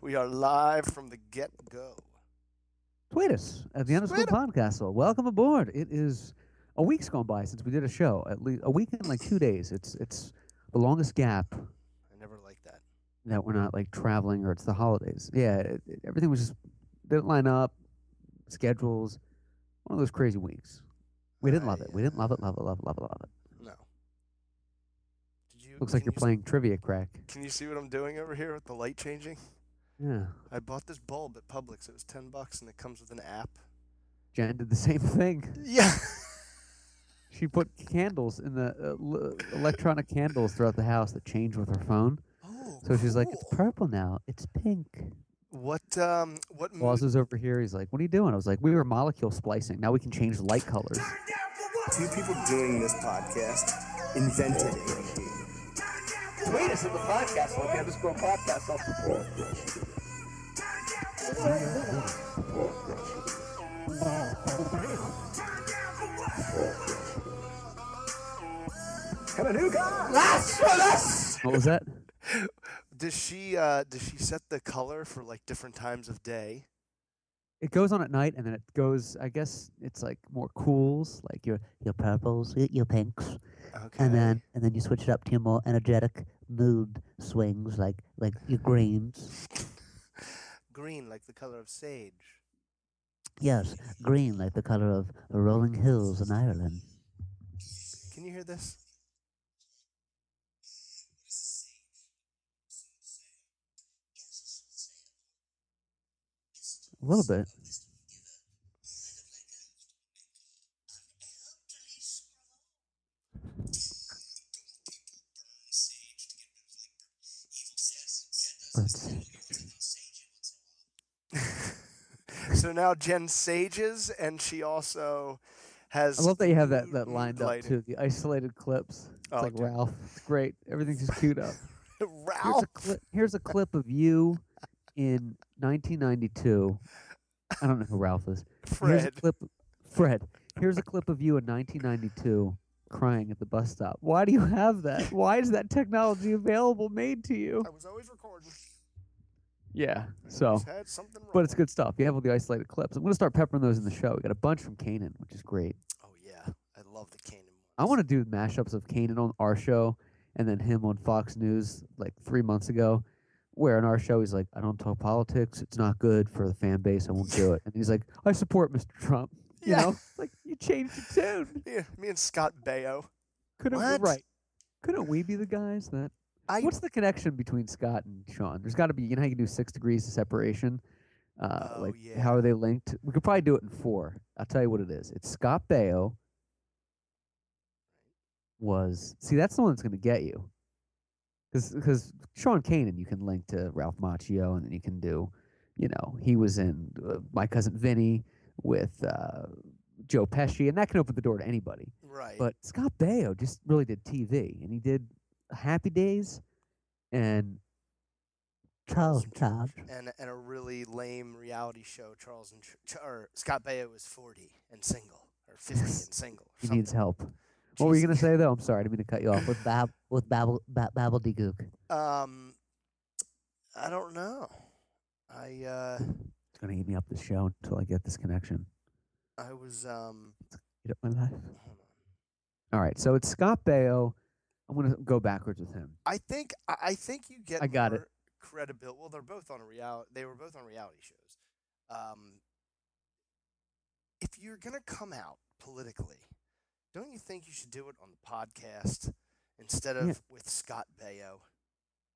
We are live from the get go. Tweet us at the underscore Tweet 'em. podcastle. Welcome aboard. It is a week's gone by since we did a show. At least a week and like two days. It's it's the longest gap I never liked that. that we're not like traveling or it's the holidays. Yeah, it, it- everything was just didn't line up. Schedules, one of those crazy weeks. We didn't love I, it. We didn't love it. Love it. Love it. Love it. Love it. No. Did you? Looks like can you're you s- playing trivia crack. Can you see what I'm doing over here with the light changing? Yeah, I bought this bulb at Publix. It was ten bucks, and it comes with an app. Jen did the same thing. Yeah. She put candles in the uh, l- electronic candles throughout the house that change with her phone. Oh. So she's like, "It's cool. purple now. It's pink." What um what Laws is over here. He's like, "What are you doing?" I was like, "We were molecule splicing. Now we can change light colors." Two people doing this podcast invented AMD. Tweet us at the podcast, like the underscore podcast. I'll What was that? does she uh does she set the color for like different times of day? It goes on at night, and then it goes. I guess it's like more cools, like your your purples, your, your pinks, Okay. and then and then you switch it up to your more energetic mood swings, like like your greens. green like the color of sage. Yes, green like the color of the rolling hills in Ireland. Can you hear this? A little bit. Let's see. so now Jen sages, and she also has. I love that you have that, mood- that mood lined up lighting. too. The isolated clips. It's Oh, like dude. Ralph. It's great. Everything's just queued up. Here's Ralph. a, clip, here's a clip of you in 1992. I don't know who Ralph is. Here's a Fred. clip. Fred. Here's a clip of you in 1992 crying at the bus stop. Why do you have that? Why is that technology available made to you? I was always recording. Yeah. I So, always had something Oh. but it's rolling. good stuff. You have all the isolated clips. I'm gonna start peppering those in the show. We got a bunch from Kanan, which is great. Oh yeah, I love the Canaan. I want to do mashups of Kanan on our show and then him on Fox News like three months ago, where on our show he's like, I don't talk politics. It's not good for the fan base. I won't do it. And he's like, I support Mr. Trump. You Yeah. know, It's like you changed your tune. Yeah, me and Scott Baio. Couldn't we, What? right? Couldn't we be the guys that? I What's the connection between Scott and Sean? There's got to be. You know how you do six degrees of separation. Uh, Oh, like how yeah. are they linked? We could probably do it in four. I'll tell you what it is. It's Scott Baio was see that's the one that's going to get you because Sean Kanan you can link to Ralph Macchio and then you can do you know he was in uh, My Cousin Vinny with uh, Joe Pesci and that can open the door to anybody. right. But Scott Baio just really did TV, and he did Happy Days and Charles Some Charles. and and a really lame reality show. Charles and Ch- Ch- or Scott Baio was forty and single, or fifty and single. Or He something. needs help. What were you Jeez. gonna say though? I'm sorry, I didn't mean to cut you off. With Bab, with Babble, ba- Babble Gook. Um, I don't know. I uh, It's gonna eat me up the show until I get this connection. I was um. Eat up my life. hold on. All right, so it's Scott Baio. I'm gonna go backwards with him. I think I I think you get. I got it. Credibility. Well, they're both on reality. They were both on reality shows. Um, if you're gonna come out politically, don't you think you should do it on the podcast instead of Yeah. with Scott Baio?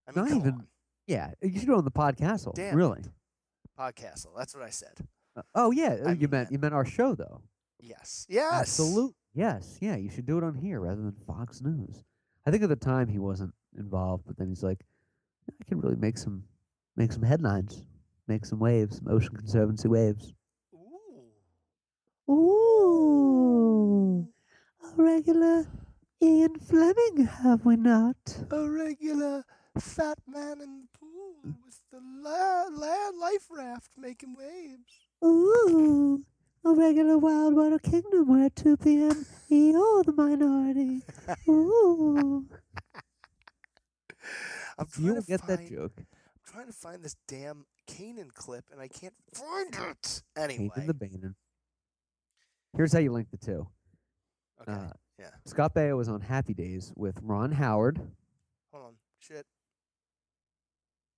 I mean, Not come even- on, Yeah, you should do it on the podcastle. Damn really? podcast. That's what I said. Uh, oh yeah, uh, I you mean meant that. you meant our show though. Yes. Yes. Absolute. Yes. Yeah. You should do it on here rather than Fox News. I think at the time he wasn't involved, but then he's like, I can really make some make some headlines, make some waves, some Ocean Conservancy waves. Ooh. Ooh, a regular Ian Fleming, have we not? a regular fat man in the pool with the la- la- life raft making waves. Ooh, a regular Wild Water Kingdom where at 2 p.m. you're the minority. Ooh. I'm trying You'll to get find, that joke. I'm trying to find this damn Kanan clip and I can't find it. Anyway, Kanan the Banon. Here's how you link the two. okay, Uh, yeah. Scott Baio was on Happy Days with Ron Howard. hold on, shit.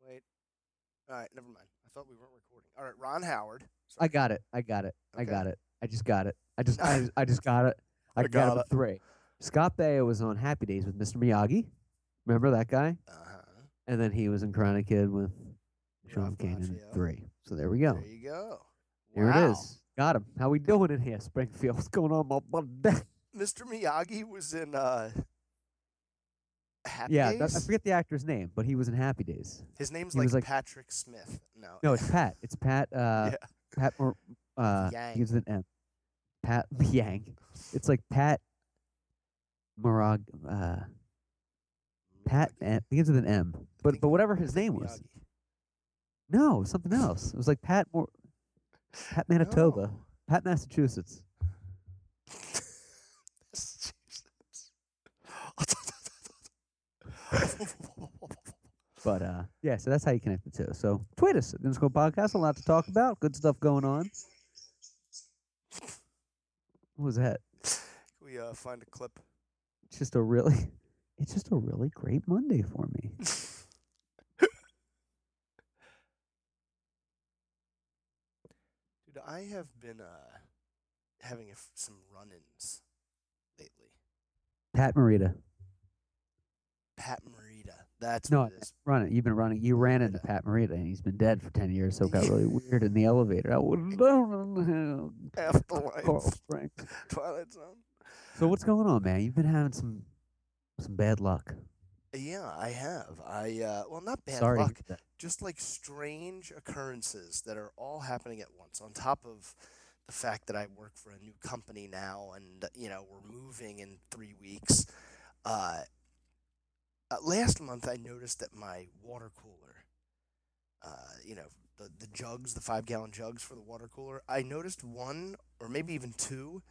Wait. All right, never mind. I thought we weren't recording. All right, Ron Howard. I got it. I got it. I Okay. got it. I just got it. I just I, I just got it. I, I got, it got with three. Scott Baio was on Happy Days with Mr. Miyagi. Remember that guy? Uh huh. And then he was in Chronic Kid with Sean Ralph Kanan Macchio. at three. So there we go. There you go. Here wow. it is. Got him. How we doing in here, Springfield? What's going on, my buddy? Mr. Miyagi was in uh Happy Yeah, Days. that, I forget the actor's name, but he was in Happy Days. His name's he like, was like- Patrick Smith. No. No, it's Pat. It's Pat. Uh, Yeah. Pat. Mor- uh, Yang. he gives it an M. Pat Yang. It's like Pat. Morag. Uh, Pat. Miyagi. M- he gives it an M. I But think- but whatever I his think name was. Miyagi. No, it was something else. It was like Pat. Mor- Pat Manitoba. No. Pat Massachusetts. But uh, yeah, so that's how you connect the two. So tweet us at the School Podcast. A lot to talk about. Good stuff going on. What was that? Can we uh, find a clip? It's just a really, it's just a really great Monday for me. Dude, I have been uh, having a f- some run-ins lately. Pat Morita. Pat Morita. That's No, what it is. Run it. You've been running. You ran into Morita. Pat Morita, and he's been dead for ten years. So it got really weird in the elevator. I would Carl Afterlife. Frank. Twilight Zone. So what's going on, man? You've been having some some bad luck. Yeah, I have. I uh, well, not bad Sorry. to luck. hear that. just like strange occurrences that are all happening at once on top of the fact that i work for a new company now and you know we're moving in three weeks uh, uh, last month i noticed that my water cooler uh, you know the, the jugs the five gallon jugs for the water cooler i noticed one or maybe even two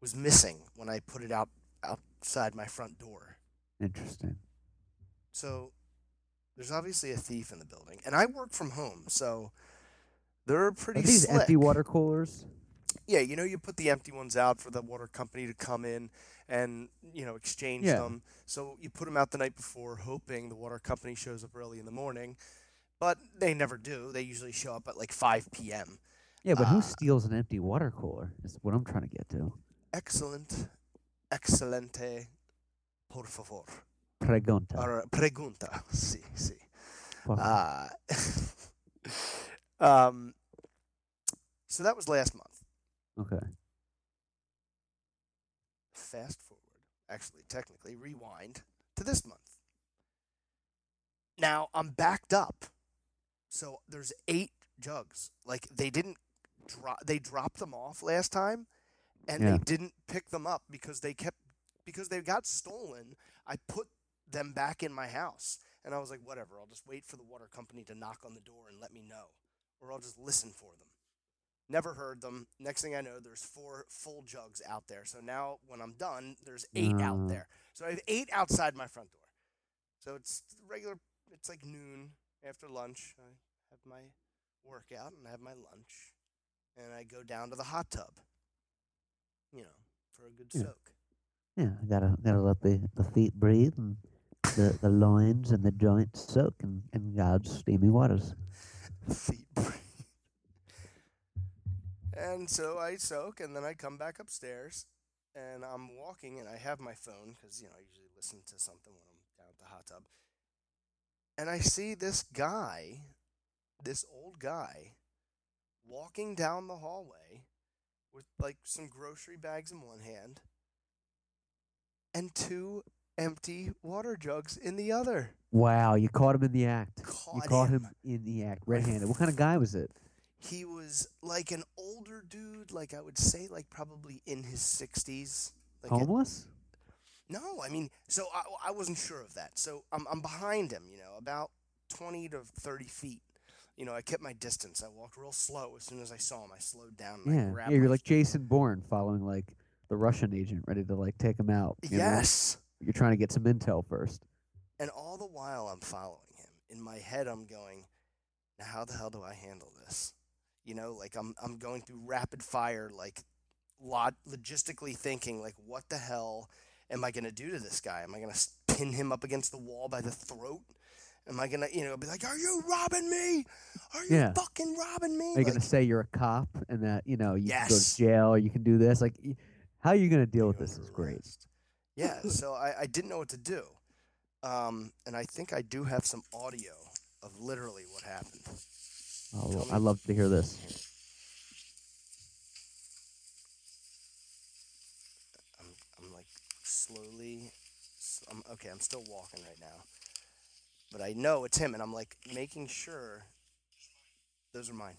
was missing when i put it out outside my front door Interesting. so there's obviously a thief in the building, and I work from home, so they're Are pretty these slick. empty water coolers? Yeah, you know, you put the empty ones out for the water company to come in and you know exchange Yeah. them. So you put them out the night before, hoping the water company shows up early in the morning, but they never do. They usually show up at like 5 p.m. Yeah, but Uh, who steals an empty water cooler? Is what I'm trying to get to. Excellent, excelente, por favor, Pregunta. or pregunta, sí, sí. Por favor. Uh, um, so that was last month. okay. Fast forward, actually, technically, rewind to this month. Now I'm backed up. So there's eight jugs. Like they didn't drop. They dropped them off last time, and Yeah. they didn't pick them up because they kept because they got stolen. I put them back in my house, and I was like, whatever. I'll just wait for the water company to knock on the door and let me know, or I'll just listen for them. Never heard them. Next thing I know, there's four full jugs out there. So now when I'm done, there's eight out Mm. there. So I have eight outside my front door. So it's regular. It's like noon after lunch. I have my workout and I have my lunch, and I go down to the hot tub. You know, for a good Yeah. soak. Yeah, I gotta gotta let the, the feet breathe and the, the loins and the joints soak in, in God's steamy waters. feet breathe. And so I soak, and then I come back upstairs, and I'm walking, and I have my phone because you know I usually listen to something when I'm down at the hot tub. And I see this guy, this old guy, walking down the hallway with like some grocery bags in one hand and two empty water jugs in the other. Wow, you caught him in the act. you Caught caught him. him. in the act, red handed. What kind of guy was it? he was like an older dude, like I would say, like probably in his sixties. Like a- Homeless? no, I mean, so I, I wasn't sure of that. So I'm I'm behind him, you know, about twenty to thirty feet. You know, I kept my distance. I walked real slow. As soon as I saw him, I slowed down. And I yeah. grabbed Yeah, you're my- like Jason Bourne following like the Russian agent ready to like take him out. you know? yes. You're trying to get some intel first. And all the while, I'm following him, in my head I'm going, now how the hell do I handle this? You know, like I'm I'm going through rapid fire, like log- logistically thinking, like what the hell am I gonna do to this guy? Am I gonna s- pin him up against the wall by the throat? Am I gonna, you know, be like, are you robbing me? Are you Yeah. fucking robbing me? Are you Like, gonna say you're a cop and that you know you can go Yes. to jail? Or you can do this. Like, y- how are you gonna deal with you're this? under Is great. arrest. Yeah, so I, I didn't know what to do. Um, and I think I do have some audio of literally what happened. Oh, Tell I me. love to hear this. I'm, I'm like slowly. s- I'm, okay, I'm still walking right now. But I know it's him, and I'm like making sure. Those are mine.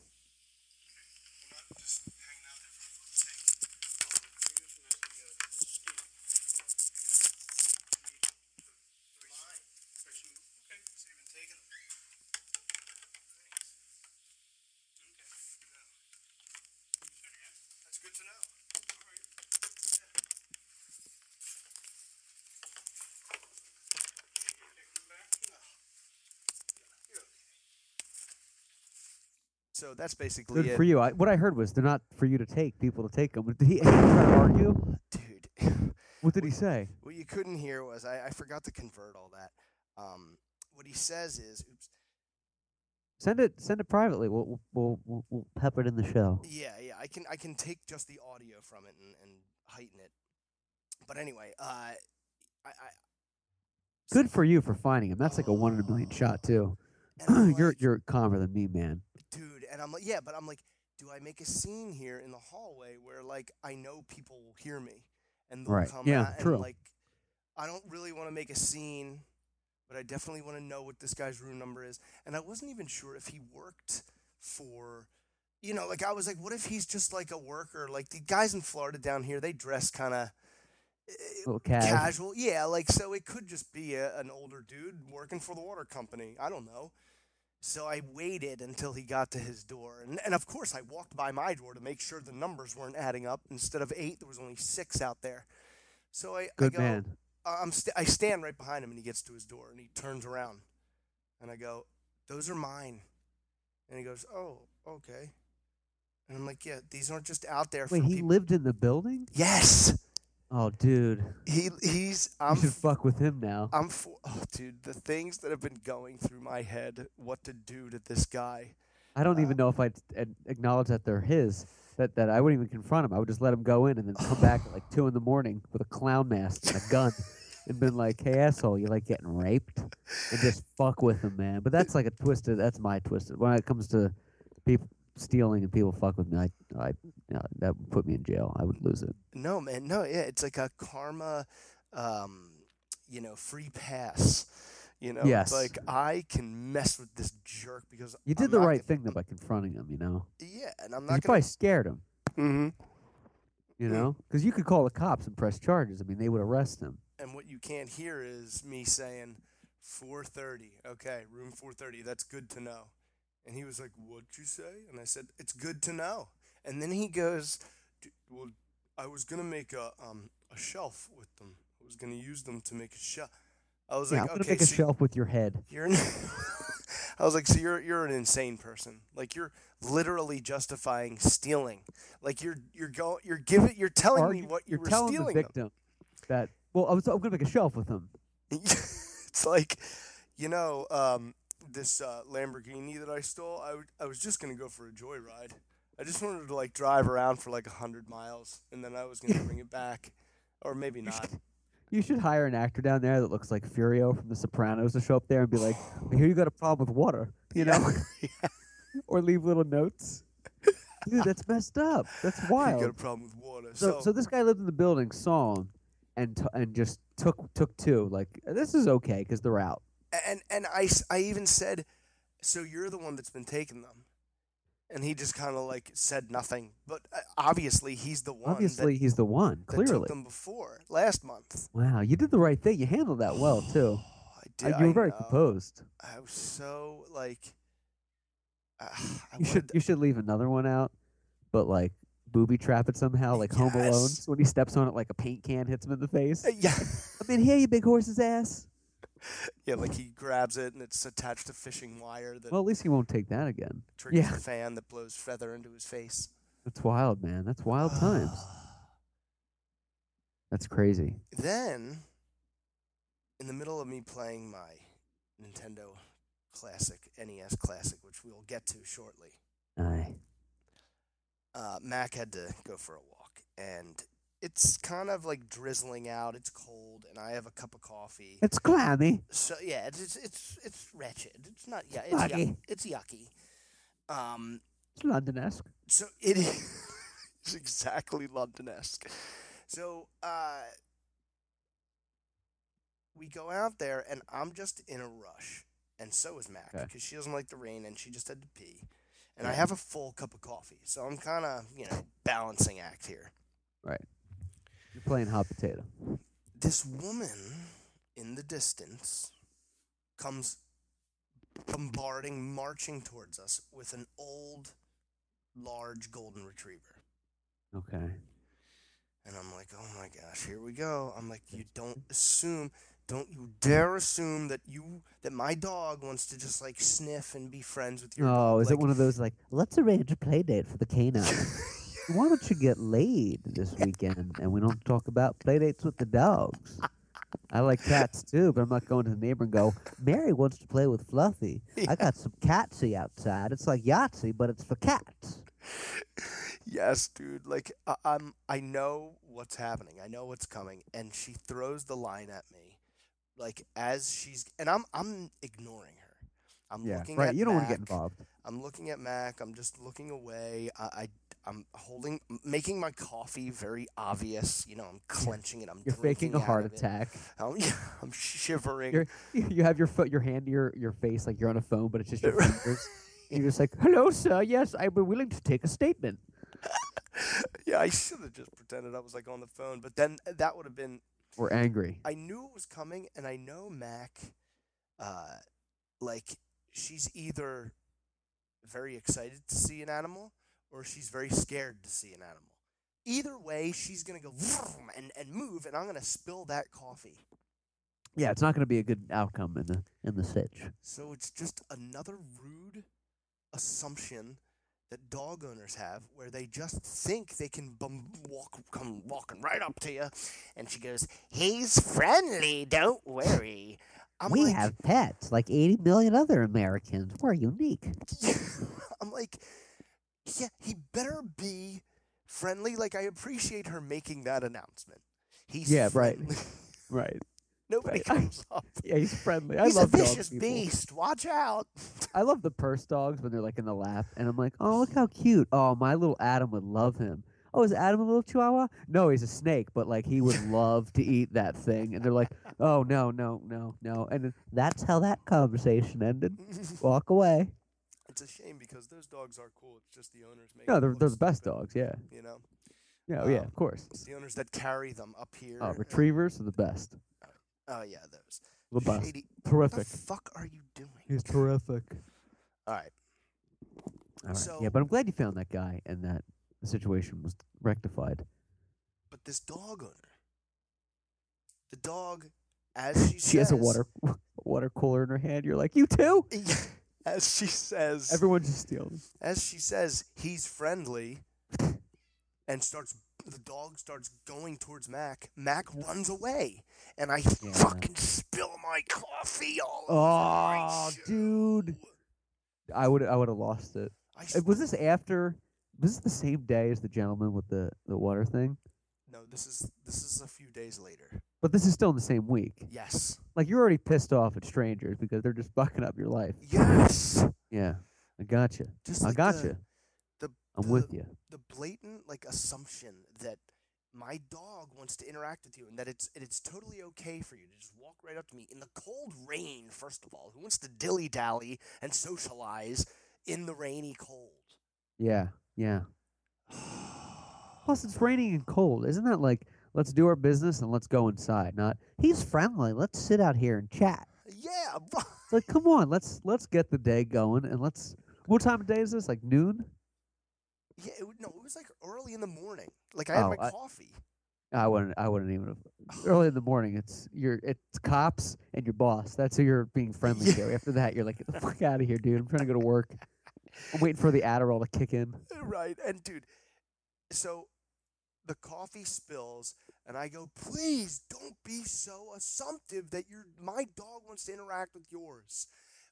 That's good to know. So that's basically Good it. for you. I, what I heard was they're not for you to take. People to take them. Did he, did he try to argue? Dude. What did he say? What you couldn't hear was I, I forgot to convert all that. Um, what he says is, oops, Send it. Send it privately. We'll we'll- we'll, we'll, we'll pepper it in the show. yeah, yeah, I can I can take just the audio from it and, and heighten it. But anyway, uh, I, I Good for you for finding him. That's like a one in a million shot too. and I'm you're like, you're calmer than me, man. dude, and I'm like, yeah, but I'm like, do I make a scene here in the hallway where like I know people will hear me and they'll Right, come yeah, out and true. like, I don't really want to make a scene, but I definitely want to know what this guy's room number is. And I wasn't even sure if he worked for, you know, like I was like, what if he's just like a worker? Like the guys in Florida down here, they dress eh, kind of. Little cash. Casual, yeah, like so it could just be a, an older dude working for the water company. I don't know. So I waited until he got to his door. And, and of course, I walked by my door to make sure the numbers weren't adding up. Instead of eight, there was only six out there. So I, Good I go, man. uh, I'm st- I stand right behind him and he gets to his door and he turns around and I go, "Those are mine." And he goes, "Oh, okay." And I'm like, "Yeah, these aren't just out there Wait, for he people." lived in the building? yes, Oh, dude. he he's You I'm should fuck with him now. I'm for oh, dude, the things that have been going through my head, what to do to this guy. I don't uh, even know if I'd ad- acknowledge that they're his. That, that I wouldn't even confront him. I would just let him go in and then come back at like two in the morning with a clown mask and a gun, and been like, "Hey asshole, you like getting raped?" And just fuck with him, man. But that's like a twisted. That's my twisted. When it comes to people stealing and people fuck with me, I, I no, that would put me in jail. I would lose it. No, man, no, yeah, it's like a karma, um, you know, free pass. You know, Yes. it's like I can mess with this jerk because You did I'm the not right gonna- thing though by confronting him. You know, Yeah, and I'm not 'Cause you gonna. probably scared him. hmm You Mm. know, because you could call the cops and press charges. I mean, they would arrest him. And what you can't hear is me saying, 4:30. Okay, room 4:30. That's good to know. And he was like, "What'd you say?" And I said, "It's good to know." And then he goes, D- "Well, I was gonna make a um a shelf with them. I was gonna use them to make a shelf." I was Yeah, I'm like, gonna "Okay, make a so shelf with your head. You're an I was like, so you're you're an insane person. Like you're literally justifying stealing. Like you're you're go you're giving you're telling Or me you- what you you're were telling stealing. the them. victim that well, I was, I'm gonna make a shelf with him. it's like, you know, um, this uh, Lamborghini that I stole. I would- I was just gonna go for a joyride. I just wanted to like drive around for like a hundred miles, and then I was gonna bring it back, or maybe not. You should hire an actor down there that looks like Furio from The Sopranos to show up there and be like, "I hear you got a problem with water," you know, or leave little notes. Dude, that's messed up. That's You got a wild. problem with water. So, so this guy lived in the building, saw him, and t- and just took took two. Like this is okay because they're out. and and I, s- I even said, so you're the one that's been taking them, and he just kind of like said nothing. But uh, obviously he's the one Obviously, he's the one. that, that took Clearly, them before last month. wow, you did the right thing. You handled that well too. I Uh, did. you I were very know. composed. I was so like. Uh, I You should wanted to- you should leave another one out, but like booby trap it somehow, like Home Alone Yes. when he steps on it like a paint can hits him in the face. Uh, yeah, I mean, here you big horse's ass. Yeah, like he grabs it and it's attached to fishing wire that Well, at least he won't take that again. triggers yeah. a fan that blows feather into his face. That's wild, man. That's wild times. That's crazy. Then, in the middle of me playing my Nintendo Classic, NES Classic, which we'll get to shortly, Aye. uh, Mac had to go for a walk, and it's kind of like drizzling out. It's cold, and I have a cup of coffee. It's clammy. So yeah, it's it's it's, it's wretched. It's not yeah, it's yucky. Yucky. It's yucky. Um, It's Londonesque. so it is it's exactly Londonesque. So uh, we go out there, and I'm just in a rush, and so is Mac Okay. because she doesn't like the rain, and she just had to pee, and I have a full cup of coffee, so I'm kind of you know balancing act here. You're playing hot potato. this woman in the distance comes bombarding, marching towards us with an old, large golden retriever. Okay. And I'm like, oh my gosh, here we go. I'm like, you don't assume, don't you dare assume that you, that my dog wants to just like sniff and be friends with your dog. oh, is like, it one of those like let's arrange a play date for the canine? Why don't you get laid this weekend and we don't talk about play dates with the dogs? I like cats too, but I'm not going to the neighbor and go, Mary wants to play with Fluffy. I got some catsy outside. It's like Yahtzee, but it's for cats. Yes, dude. Like I, I'm, I know what's happening. I know what's coming, and she throws the line at me, like as she's, and I'm, I'm ignoring her. I'm looking right. at You don't want to get Mac. involved. I'm looking at Mac. I'm just looking away. I, I I'm holding, m- making my coffee very obvious. You know, I'm clenching it. I'm You're faking drinking a out heart of it. attack. I'm, yeah, I'm shivering. You're- You have your foot, your hand to your, your face like you're on a phone, but it's just your fingers. And you're just like, hello, sir. Yes, I'd be willing to take a statement. yeah, I should have just pretended I was like on the phone, but then uh, that would have been Or angry. I knew it was coming, and I know Mac, uh, like she's either very excited to see an animal or she's very scared to see an animal. Either way, she's gonna go vroom and and move, and I'm gonna spill that coffee. Yeah, it's not going to be a good outcome in the in the sitch. So it's just another rude assumption that dog owners have, where they just think they can bum- walk, come walking right up to you, and she goes, "He's friendly, don't worry." I'm we like, have pets, like 80 million other Americans. We're unique. I'm like, yeah, he better be friendly. Like, I appreciate her making that announcement. He's Yeah, right. friendly. Right. Nobody Right. comes up. Yeah, he's friendly. He's a vicious beast. Watch out. I love the purse dogs when they're like in the lap, and I'm like, oh, look how cute. Oh, my little Adam would love him. Oh, is Adam a little chihuahua? No, he's a snake, but like he would love to eat that thing. And they're like, oh, no, no, no, no. And then that's how that conversation ended. Walk away. it's a shame because those dogs are cool. It's just the owners make. No, them they're, look they're the best stupid, dogs. Yeah. You know, Yeah, oh, yeah, Um, of course. it's the owners that carry them up here. Oh, and- retrievers are the best. Oh yeah, those. The best. Shady. What the Terrific. fuck are you doing? He's terrific. All right. All right. So- yeah, but I'm glad you found that guy and that the situation was rectified. But this dog owner, the dog, as she She has a says- water water cooler in her hand. You're like, you too. as she says, Everyone just steals. as she says, he's friendly, and starts. The dog starts going towards Mac. Mac runs away, and I fucking spill my coffee all over my Oh, shoe. dude. I would I would have lost it. I Uh, sp- Was this after? Was this the same day as the gentleman with the the water thing? no, this is this is a few days later. But this is still in the same week. Yes, Like you're already pissed off at strangers because they're just fucking up your life. yes. Yeah, I got you. Just I like got the- you. the- I'm the- with you. the blatant like assumption that my dog wants to interact with you and that it's and it's totally okay for you to just walk right up to me in the cold rain first of all who wants to dilly dally and socialize in the rainy cold Yeah, yeah. Plus, it's raining and cold. Isn't that like, let's do our business and let's go inside? Not, he's friendly. Let's sit out here and chat. yeah It's like, come on, let's let's get the day going and let's. What time of day is this? Like noon? yeah it, w- no it was like early in the morning like i had Oh, my I- coffee I wouldn't. I wouldn't even. Have, early in the morning, it's your it's cops and your boss. That's who you're being friendly Yeah. to. After that, you're like, get the fuck out of here, dude. I'm trying to go to work. I'm waiting for the Adderall to kick in. Right. And dude, so the coffee spills and I go, please don't be so assumptive that your my dog wants to interact with yours.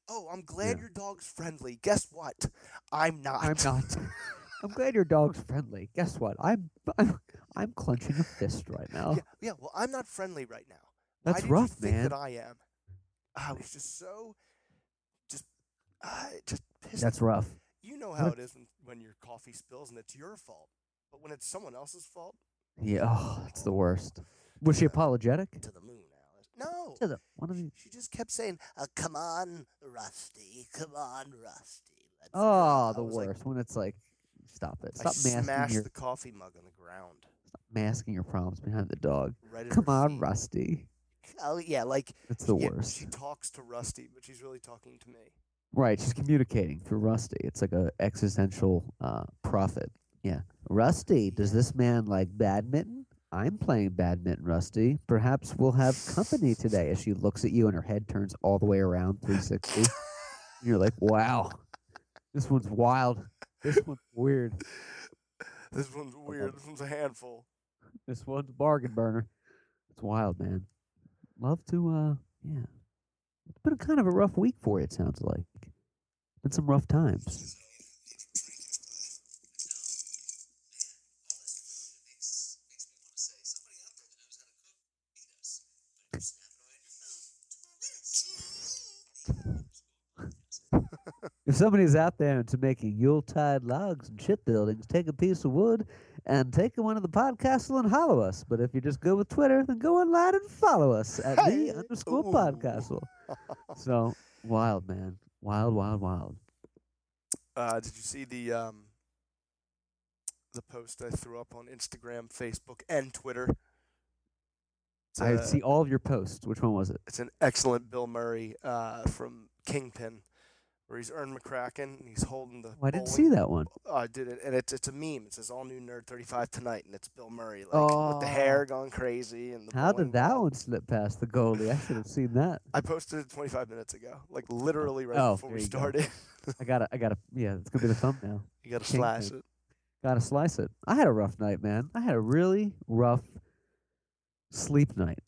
Oh, I'm glad Yeah. your dog's friendly. Guess what? I'm not. I'm not. I'm glad your dog's friendly. Guess what? I'm I'm, I'm clenching a fist right now. yeah, yeah, well, I'm not friendly right now. Why oh. That's did rough, you think man. That I am. I was just so, just, uh, just pissed. That's rough. you know how what it is when, when your coffee spills and it's your fault, but when it's someone else's fault, Yeah, oh, it's the worst. Was she Yeah. apologetic? to the moon, Alice. No, To the one of Sh- the. She just kept saying, uh, "Come on, Rusty. Come on, Rusty." Let's go." Oh, I the was like- worst. when it's like, stop it. I Stop masking smashed your the coffee mug on the ground. masking your problems behind the dog. Right. at Come her on, feet. Rusty. Oh yeah, like It's the yeah, worst. She talks to Rusty, but she's really talking to me. Right, she's communicating through Rusty. It's like a existential uh, prophet. Yeah, Rusty. Does this man like badminton? I'm playing badminton, Rusty. Perhaps we'll have company today. As she looks at you, and her head turns all the way around 360. and you're like, wow, this one's wild. This one's weird. This one's weird. it. This one's a handful. This one's a bargain burner. It's wild, man. Love to, uh, yeah. It's been kind of a rough week for you. It sounds like. Been some rough times. If somebody's out there into making Yuletide logs and ship buildings, take a piece of wood and take one of the podcastle and hollow us. But if you're just good with Twitter, then go online and follow us at Hey, the underscore ooh. podcastle. So wild, man. Wild, wild, wild. Uh, did you see the um, the post I threw up on Instagram, Facebook, and Twitter? It's, I uh, see all of your posts. Which one was it? It's an excellent Bill Murray uh, from Kingpin, where he's Ern McCracken and he's holding the. Oh, I didn't see bowling- that one. Oh, I did it, and it's it's a meme. It says all new nerd thirty five tonight, and it's Bill Murray like with the hair going crazy and the. Oh. How bowling did that ball. one slip past the goalie? I should have seen that. I posted it twenty five minutes ago, like literally right Oh, before we there you go. started. I gotta, I gotta. Yeah, it's gonna be the thumbnail. you gotta slash Kingpin. it. Gotta slice it. I had a rough night, man. I had a really rough sleep night.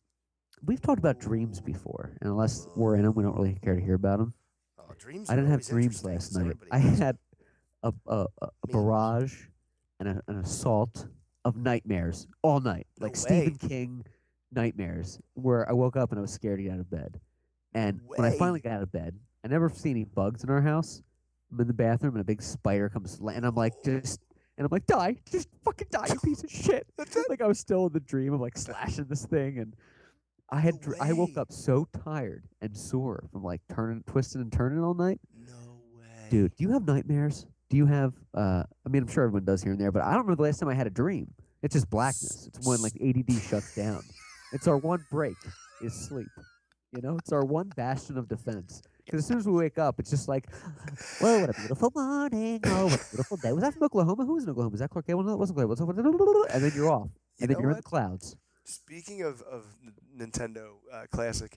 We've talked about dreams before, and unless we're in them, we don't really care to hear about them. Oh, dreams. I are didn't have always dreams interesting, last so night. everybody I has had a, a, a a Me. barrage and a, an assault of nightmares all night, No like way. Stephen King nightmares, where I woke up and I was scared to get out of bed. And when I finally way. got out of bed, I never see any bugs in our house. I'm in the bathroom and a big spider comes, la- and I'm like, Oh. just, and I'm like, die, just fucking die, you piece of shit. That's it. Like I was still in the dream. I'm like slashing this thing, and I had, No dr- I woke way. up so tired and sore from like turning, twisting, and turning all night. No way, Dude, do you have nightmares? Do you have? uh I mean, I'm sure everyone does here and there, but I don't remember the last time I had a dream. It's just blackness. It's when like ADD shuts down. It's our one break is sleep. You know, it's our one bastion of defense. Because as soon as we wake up, it's just like, well, what a beautiful morning. Oh, what a beautiful day. Was that from Oklahoma? Who was in Oklahoma? Was that Clark Gable? No, it wasn't Clark Gable. And then you're off. You And then know you're in what? the clouds. Speaking of of N- Nintendo uh, Classic,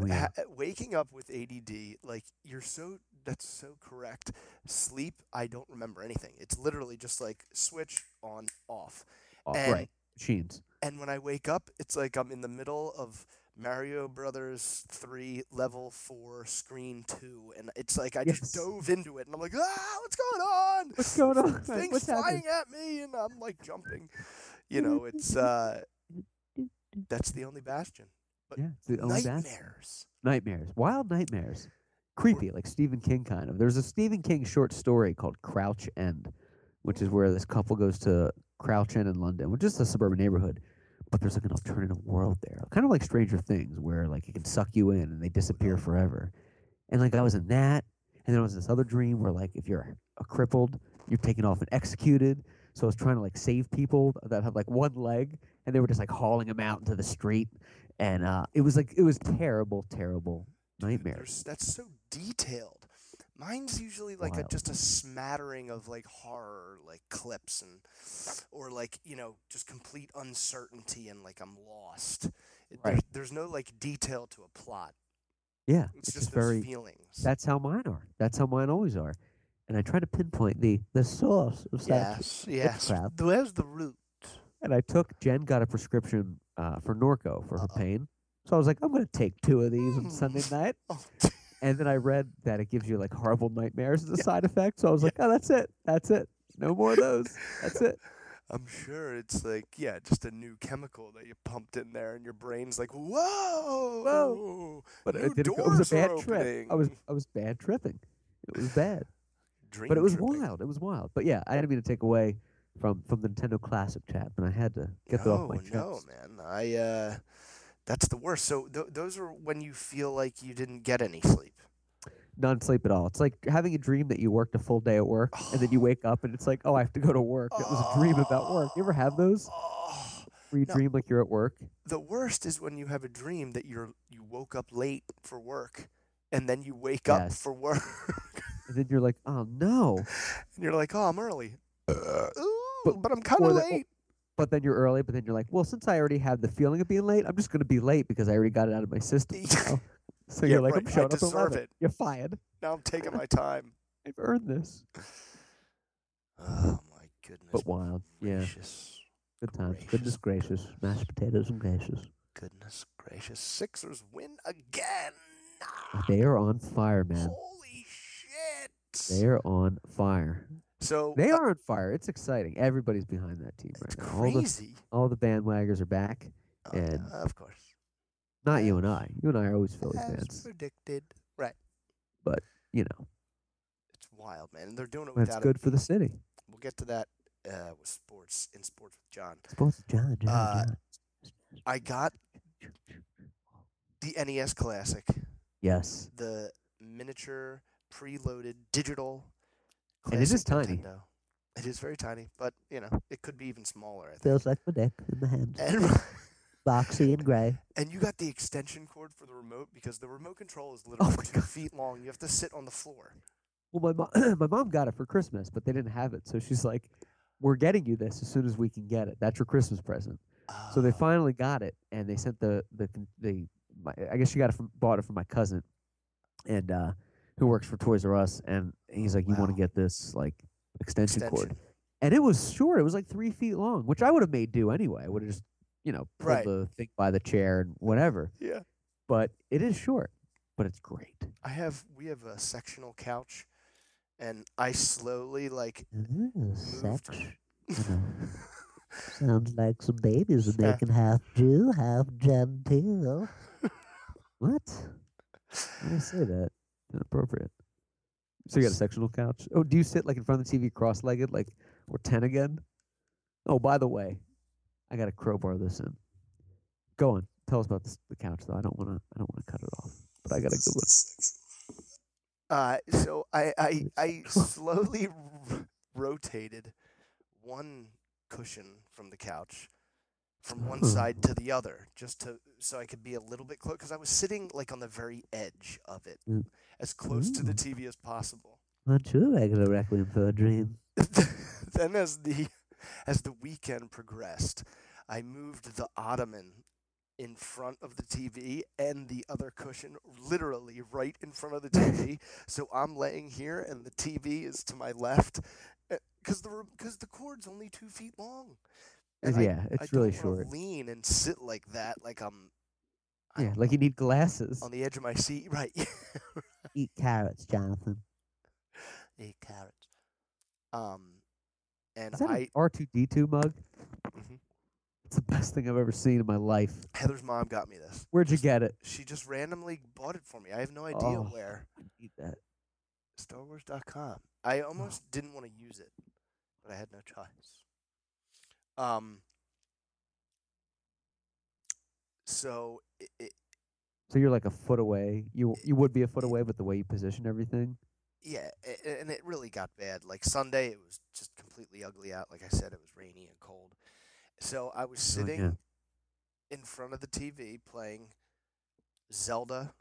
Oh, yeah. ha- waking up with ADD, like you're so that's so correct. Sleep, I don't remember anything. It's literally just like switch on off. Off, and, right. Machines. And when I wake up, it's like I'm in the middle of Mario Brothers three level four screen two, and it's like I Yes. just dove into it, and I'm like, ah, what's going on? What's going on? Things What's happening? flying at me, and I'm like jumping. You know, it's uh, that's the only bastion. but Yeah, it's the only bastion. Nightmares. Nightmares, wild nightmares, creepy, like Stephen King kind of. There's a Stephen King short story called Crouch End, which is where this couple goes to Crouch End in London, which is a suburban neighborhood. But there's like an alternative world there, kind of like Stranger Things, where like it can suck you in and they disappear forever. And like I was in that, and then I was in this other dream where like if you're a crippled, you're taken off and executed. So I was trying to like save people that had like one leg, and they were just like hauling them out into the street, and uh, it was like it was terrible, terrible Dude, there's- nightmares. That's so detailed. Mine's usually like a, Wild. just a smattering of like horror, like clips and or like you know just complete uncertainty and like I'm lost. It- Right. There's, there's no like detail to a plot. Yeah, It's, just, those very. feelings. That's how mine are. That's how mine always are. And I try to pinpoint the the source of that. yes, yes. crap. Where's the root? And I took Jen got a prescription uh, for Norco for her Uh-oh. pain. So I was like, I'm gonna take two of these on Sunday Mm. night. Oh, And then I read that it gives you like horrible nightmares as a side effect. So I was like, oh, that's it. That's it. No more of those. That's it. I'm sure it's like yeah, just a new chemical that you pumped in there, and your brain's like whoa, Whoa. But New it, did, it was doors a are bad trip. I was opening. I was bad tripping. It was bad. Dream but it was tripping. wild. It was wild. But yeah, I didn't mean to take away from from the Nintendo Classic chat, but I had to get that no, off my chest. Oh, no, man. I uh, that's the worst. So th- those are when you feel like you didn't get any sleep. non-sleep at all. It's like having a dream that you worked a full day at work and then you wake up and it's like, oh, I have to go to work. It was a dream about work. You ever have those Oh, where you No. dream like you're at work? the worst is when you have a dream that you're you woke up late for work, and then you wake up Yes. for work, And then you're like, oh no. and you're like, oh, I'm early. Uh, but, But- oh but I'm kind or of the- late. But then you're early, but then you're like, well, since I already had the feeling of being late, I'm just going to be late because I already got it out of my system. you know? So Yeah, you're like, right. I'm I showing up at deserve 11. it. You're fired. Now I'm taking my time. I've earned this. Oh my goodness. But wild. Yeah. Gracious. Good times. gracious, Goodness gracious. Mashed potatoes and gracious. Goodness gracious. Sixers win again. They are on fire, man. Holy shit. They are on fire. so They uh, are on fire. It's exciting. Everybody's behind that team It's right now. All the crazy. all the bandwaggers are back. Oh, yeah, and- of course. Not you and I. You and I are always Phillies As fans. predicted. Right. You know, It's wild, man. And they're doing it that's without good it. for the city. We'll get to that uh, with sports in sports with John. Sports John, John, Uh, John. I got the NES Classic, Yes. the miniature preloaded digital. And it is classic tiny. Nintendo. It is very tiny, but you know it could be even smaller. I think. Feels like my dick in my hands. And, Boxy and gray. and you got the extension cord for the remote because the remote control is literally Oh my two God. feet long. You have to sit on the floor. Well, my, mo- my mom got it for Christmas, but they didn't have it. So she's like, we're getting you this as soon as we can get it. That's your Christmas present. So they Uh, finally got it, and they sent the the con- the. My, I guess she got it from bought it from my cousin, and uh, who works for Toys R Us, and he's like, "You want Wow. to get this like extension, cord?" extension. And it was short; it was like three feet long, which I would have made do anyway. I would have just you know pulled Right. the thing by the chair and whatever. Yeah. But it is short, but it's great. I have we have a sectional couch, and I slowly like sex Mhm. I sounds like some babies are Yeah. making half Jew, half genteel. what? Why did I say that? Inappropriate. So you got a sectional couch? Oh, do you sit like in front of the TV cross-legged, like we're ten again? Oh, by the way, I got to crowbar this in. Go on, tell us about this, the couch though. I don't want to. I don't want to cut it off, but I got a good one. uh so I I I slowly r- rotated one cushion from the couch from one Oh. side to the other just to so I could be a little bit close because I was sitting like on the very edge of it, Mm. as close to the Ooh. TV as possible. Not your regular requiem for a dream. then as the as the weekend progressed, I moved the ottoman in front of the TV and the other cushion literally right in front of the TV. so I'm laying here and the TV is to my left because the because the cord's only two feet long. And I- Uh, yeah, I it's really don't wanna short. Lean and sit like that, like I'm I Yeah, don't like you know, need glasses. on the edge of my seat, right? Eat carrots, Jonathan. Eat carrots. Um, and Is that I an R two D two mug? Mhm. It's the best thing I've ever seen in my life. Heather's mom got me this. Where'd you get it? she just randomly bought it for me. I have no idea Oh. where. I need that. StarWars.com. I almost didn't want to use it, but I had no choice. Um. So it, it, So you're like a foot away. E You you would be a foot away, but the way you position everything. yeah, a- a- and it really got bad. Like Sunday, it was just completely ugly out. Like I said, it was rainy and cold. So I was Oh, yeah. sitting in front of the TV playing Zelda,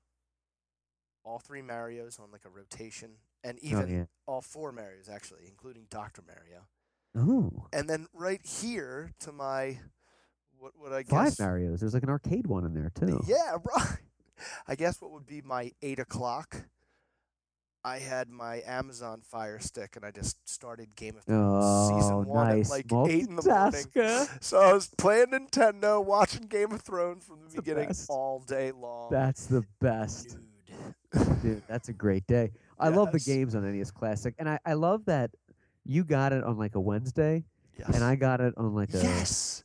all three Mario's on like a rotation, and even oh yeah. all four Marys actually, including Doctor Mario. Oh, And then right here to my what would I five guess? Mario's. There's like an arcade one in there too. Yeah, right. I guess what would be my eight o'clock. I had my Amazon Fire Stick, and I just started Game of Thrones Oh, season one nice. at like eight in the morning. Multitasker. So I was playing Nintendo, watching Game of Thrones from the the beginning best. all day long. That's the best. Dude, that's a great day. I love the Yes. games on NES Classic, and I, I love that you got it on like a Wednesday, Yes. and I got it on like a yes.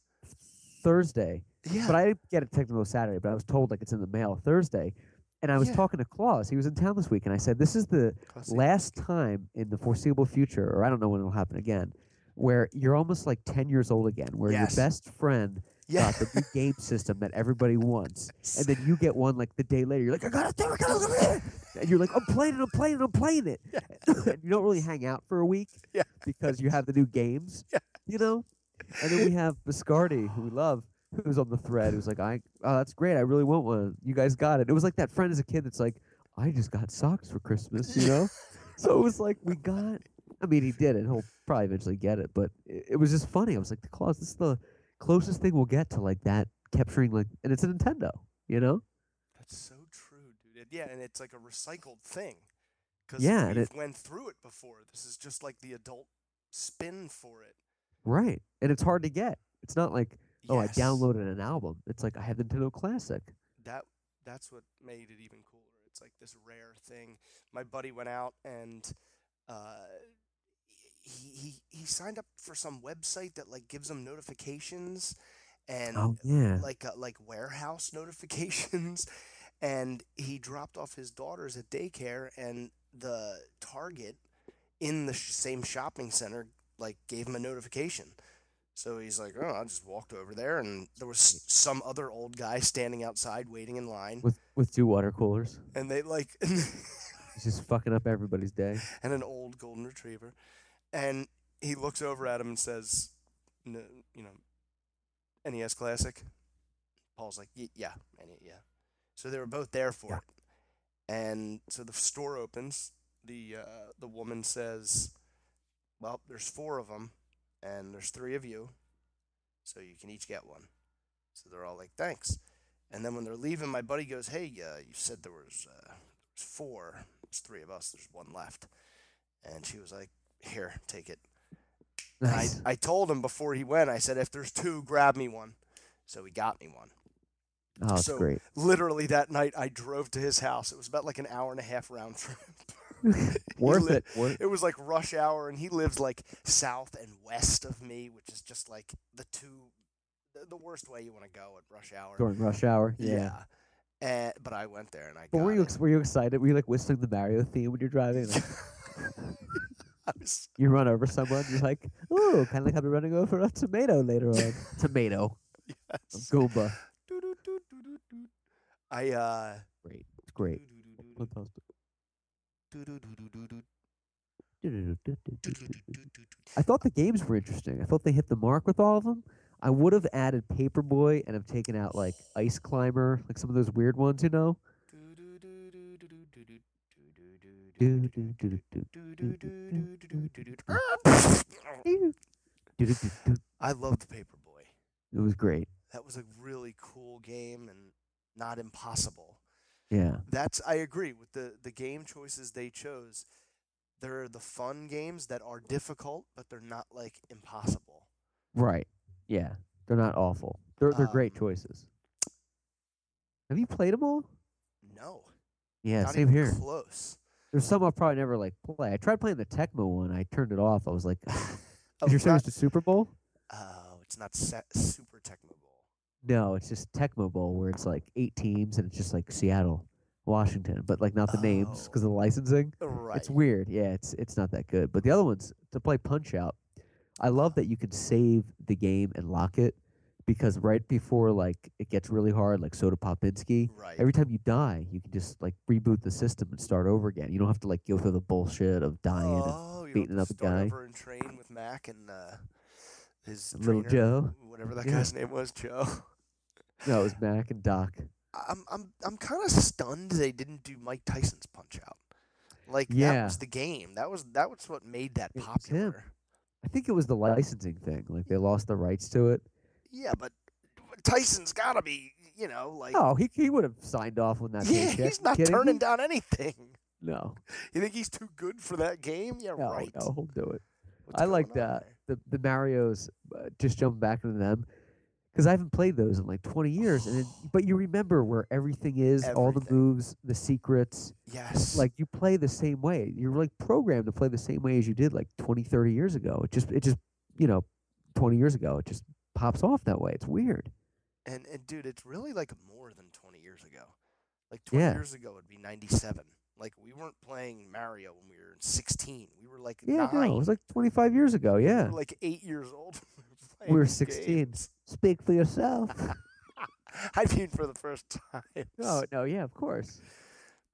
Thursday. Yeah. But I didn't get it technically Saturday, but I was told like it's in the mail Thursday. And I was Yeah. talking to Claus. He was in town this week, and I said, "This is the Classic. last time in the foreseeable future, or I don't know when it'll happen again, where you're almost like ten years old again, where Yes. your best friend yeah. got the new game system that everybody wants, and then you get one like the day later. You're like, I gotta do it, gotta do it," and you're like, I'm playing it, I'm playing it, I'm playing it. And you don't really hang out for a week Yeah. because you have the new games, you know. And then we have Biscardi, who we love, who's on the thread, who's like, I, oh, that's great, I really want one. You guys got it. It was like that friend as a kid that's like, I just got socks for Christmas, you know. so it was like we got. I mean, he did it. He'll probably eventually get it, but it, it was just funny. I was like, the claws. This is the closest thing we'll get to like that capturing like, and it's a Nintendo, you know. That's so true, dude. And- yeah, and it's like a recycled thing. Because Yeah, and we've it- went through it before. This is just like the adult spin for it. Right. And it's hard to get. It's not like, oh, Yes. I downloaded an album. It's like I have Nintendo Classic. that that's what made it even cooler. It's like this rare thing. My buddy went out and uh, he, he he signed up for some website that like gives him notifications and Oh yeah. like uh, like warehouse notifications. And he dropped off his daughters at daycare, and the Target in the sh- same shopping center like gave him a notification. So he's like, "Oh, I just walked over there, and there was s- some other old guy standing outside waiting in line, with with two water coolers. and they like, It's just fucking up everybody's day. and an old golden retriever, and he looks over at him and says, "No, you know, NES Classic." Paul's like, "Y- "Yeah, man, yeah." So they were both there for Yeah. it, and so the store opens. the uh, The woman says, "Well, there's four of them, and there's three of you, so you can each get one." So they're all like, "Thanks." And then when they're leaving, my buddy goes, "Hey, uh, you said there was uh, there's four. There's three of us. There's one left." And she was like, "Here, take it." I, Nice. I told him before he went, I said, if there's two, grab me one. So he got me one. oh, it's so- great. Literally that night, I drove to his house. It was about like an hour and a half round trip. Worth li- it. Worth It was like rush hour, and he lives like south and west of me, which is just like the two, the, the worst way you want to go at rush hour. during rush hour. Yeah. And, but I went there and I But got were you it. ex- were you excited? Were you like whistling the Mario theme when you're driving? Like, I was- you run over someone. You're like, oh, kind of like I'll be running over a tomato later on. tomato. A yes. Goomba. Doo-doo-doo-doo-doo-doo. I, uh, Great. It's great. doo-doo-doo-doo-doo, Fantastic. doo-doo-doo-doo-doo, I thought the games were interesting. I thought they hit the mark with all of them. I would have added Paperboy and have taken out like Ice Climber, like some of those weird ones, you know. Do, do, do, do, do, do, do, do, do, do. Ah! Ew. Do, do, do, do. I loved Paperboy. It was great. That was a really cool game and not impossible. Yeah. That's I agree with the the game choices they chose. They're the fun games that are difficult, but they're not like impossible. Right. Yeah. They're not awful. They're they're great Um, choices. Have you played them all? No, Yeah. not same even here. close. There's some I'll probably never like play. I tried playing the Tecmo one. I turned it off. I was like, "Is Oh, your it's not, service the Super Bowl?" oh, it's not se- super Tecmo Bowl. No, it's just Tecmo Bowl where it's like eight teams and it's just like Seattle, Washington, but like not the names because of the licensing. Oh. Right. It's weird. Yeah, it's it's not that good. But the other ones to play Punch Out, I love that you can save the game and lock it because right before like it gets really hard, like Soda Popinski, Right. every time you die, you can just like reboot the system and start over again. You don't have to like go through the bullshit of dying and oh, you don't beating have to up a start guy. over and train with Mac and uh, his And little trainer, whatever that Yeah. guy's name was, Joe. No, it was Mac and Doc. I'm I'm I'm kind of stunned they didn't do Mike Tyson's Punch Out. Like that Yeah. was the game. That was that was what made that It was him. popular. I think it was the licensing thing. Like they lost the rights to it. Yeah, but Tyson's got to be, you know, like Oh, he he would have signed off on that. yeah, paycheck. he's You not kidding turning me? down anything. No, You think he's too good for that game? Yeah, no, right. no, he'll do it. What's I like going on that. there? The the Mario's uh, just jumping back into them because I haven't played those in like 20 years, and then, but you remember where everything is, all the Everything. moves, the secrets. Yes. Like you play the same way. You're like programmed to play the same way as you did like 20, 30 years ago. It just it just you know 20 years ago it just pops off that way. It's weird. and and dude, it's really like more than 20 years ago. Like 20 Yeah. years ago it'd be 97. Like we weren't playing Mario when we were 16. We were like Yeah, 9. no, it was like 25 years ago. We were, Yeah, like 8 years old. when we were were playing these 16. games. Speak for yourself. I mean for the first time. no, no, yeah, of course.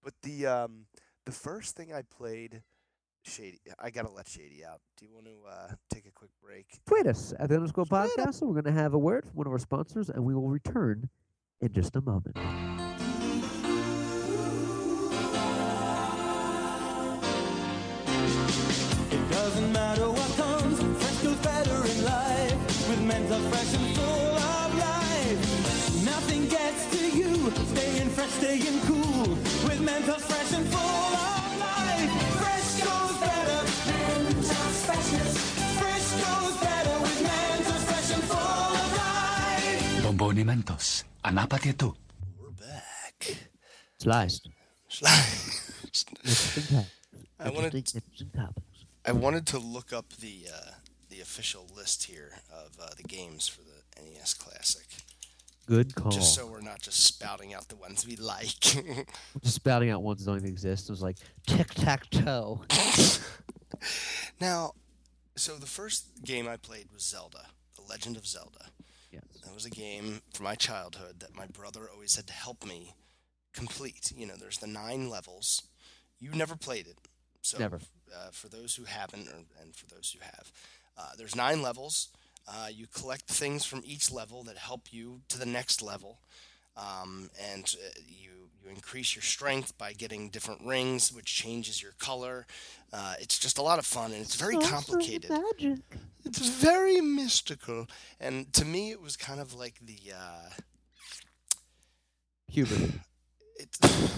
But the um the first thing I played, Shady. I gotta let Shady out. Do you want to uh, take a quick break? Tweet us at the underscore Tweet us. podcast. and We're going to have a word from one of our sponsors, and we will return in just a moment. It doesn't matter what comes, fresh goes better in life. With mental fresh and full of life. Nothing gets to you. Staying fresh, staying cool. With mental fresh and full of life. Fresh goes better. Fresh goes better with mental fresh and full of life. Bomboni Mentos. Ανάπατη του. We're back. Sliced. I wanted I wanted to look up the uh, the official list here of uh, the games for the NES Classic, Good call. just so we're not just spouting out the ones we like. Just spouting out ones that don't even exist. It was like tic tac toe. now, so the first game I played was Zelda, The Legend of Zelda. Yes. That was a game from my childhood that my brother always had to help me complete. You know, there's the nine levels. You never played it. So, Never. Uh, for those who haven't, or, and for those who have, uh, there's nine levels. Uh, you collect things from each level that help you to the next level. Um, and uh, you, you increase your strength by getting different rings, which changes your color. Uh, it's just a lot of fun, and it's very complicated Magic. it was very mystical and to me it was kind of like the uh Human. it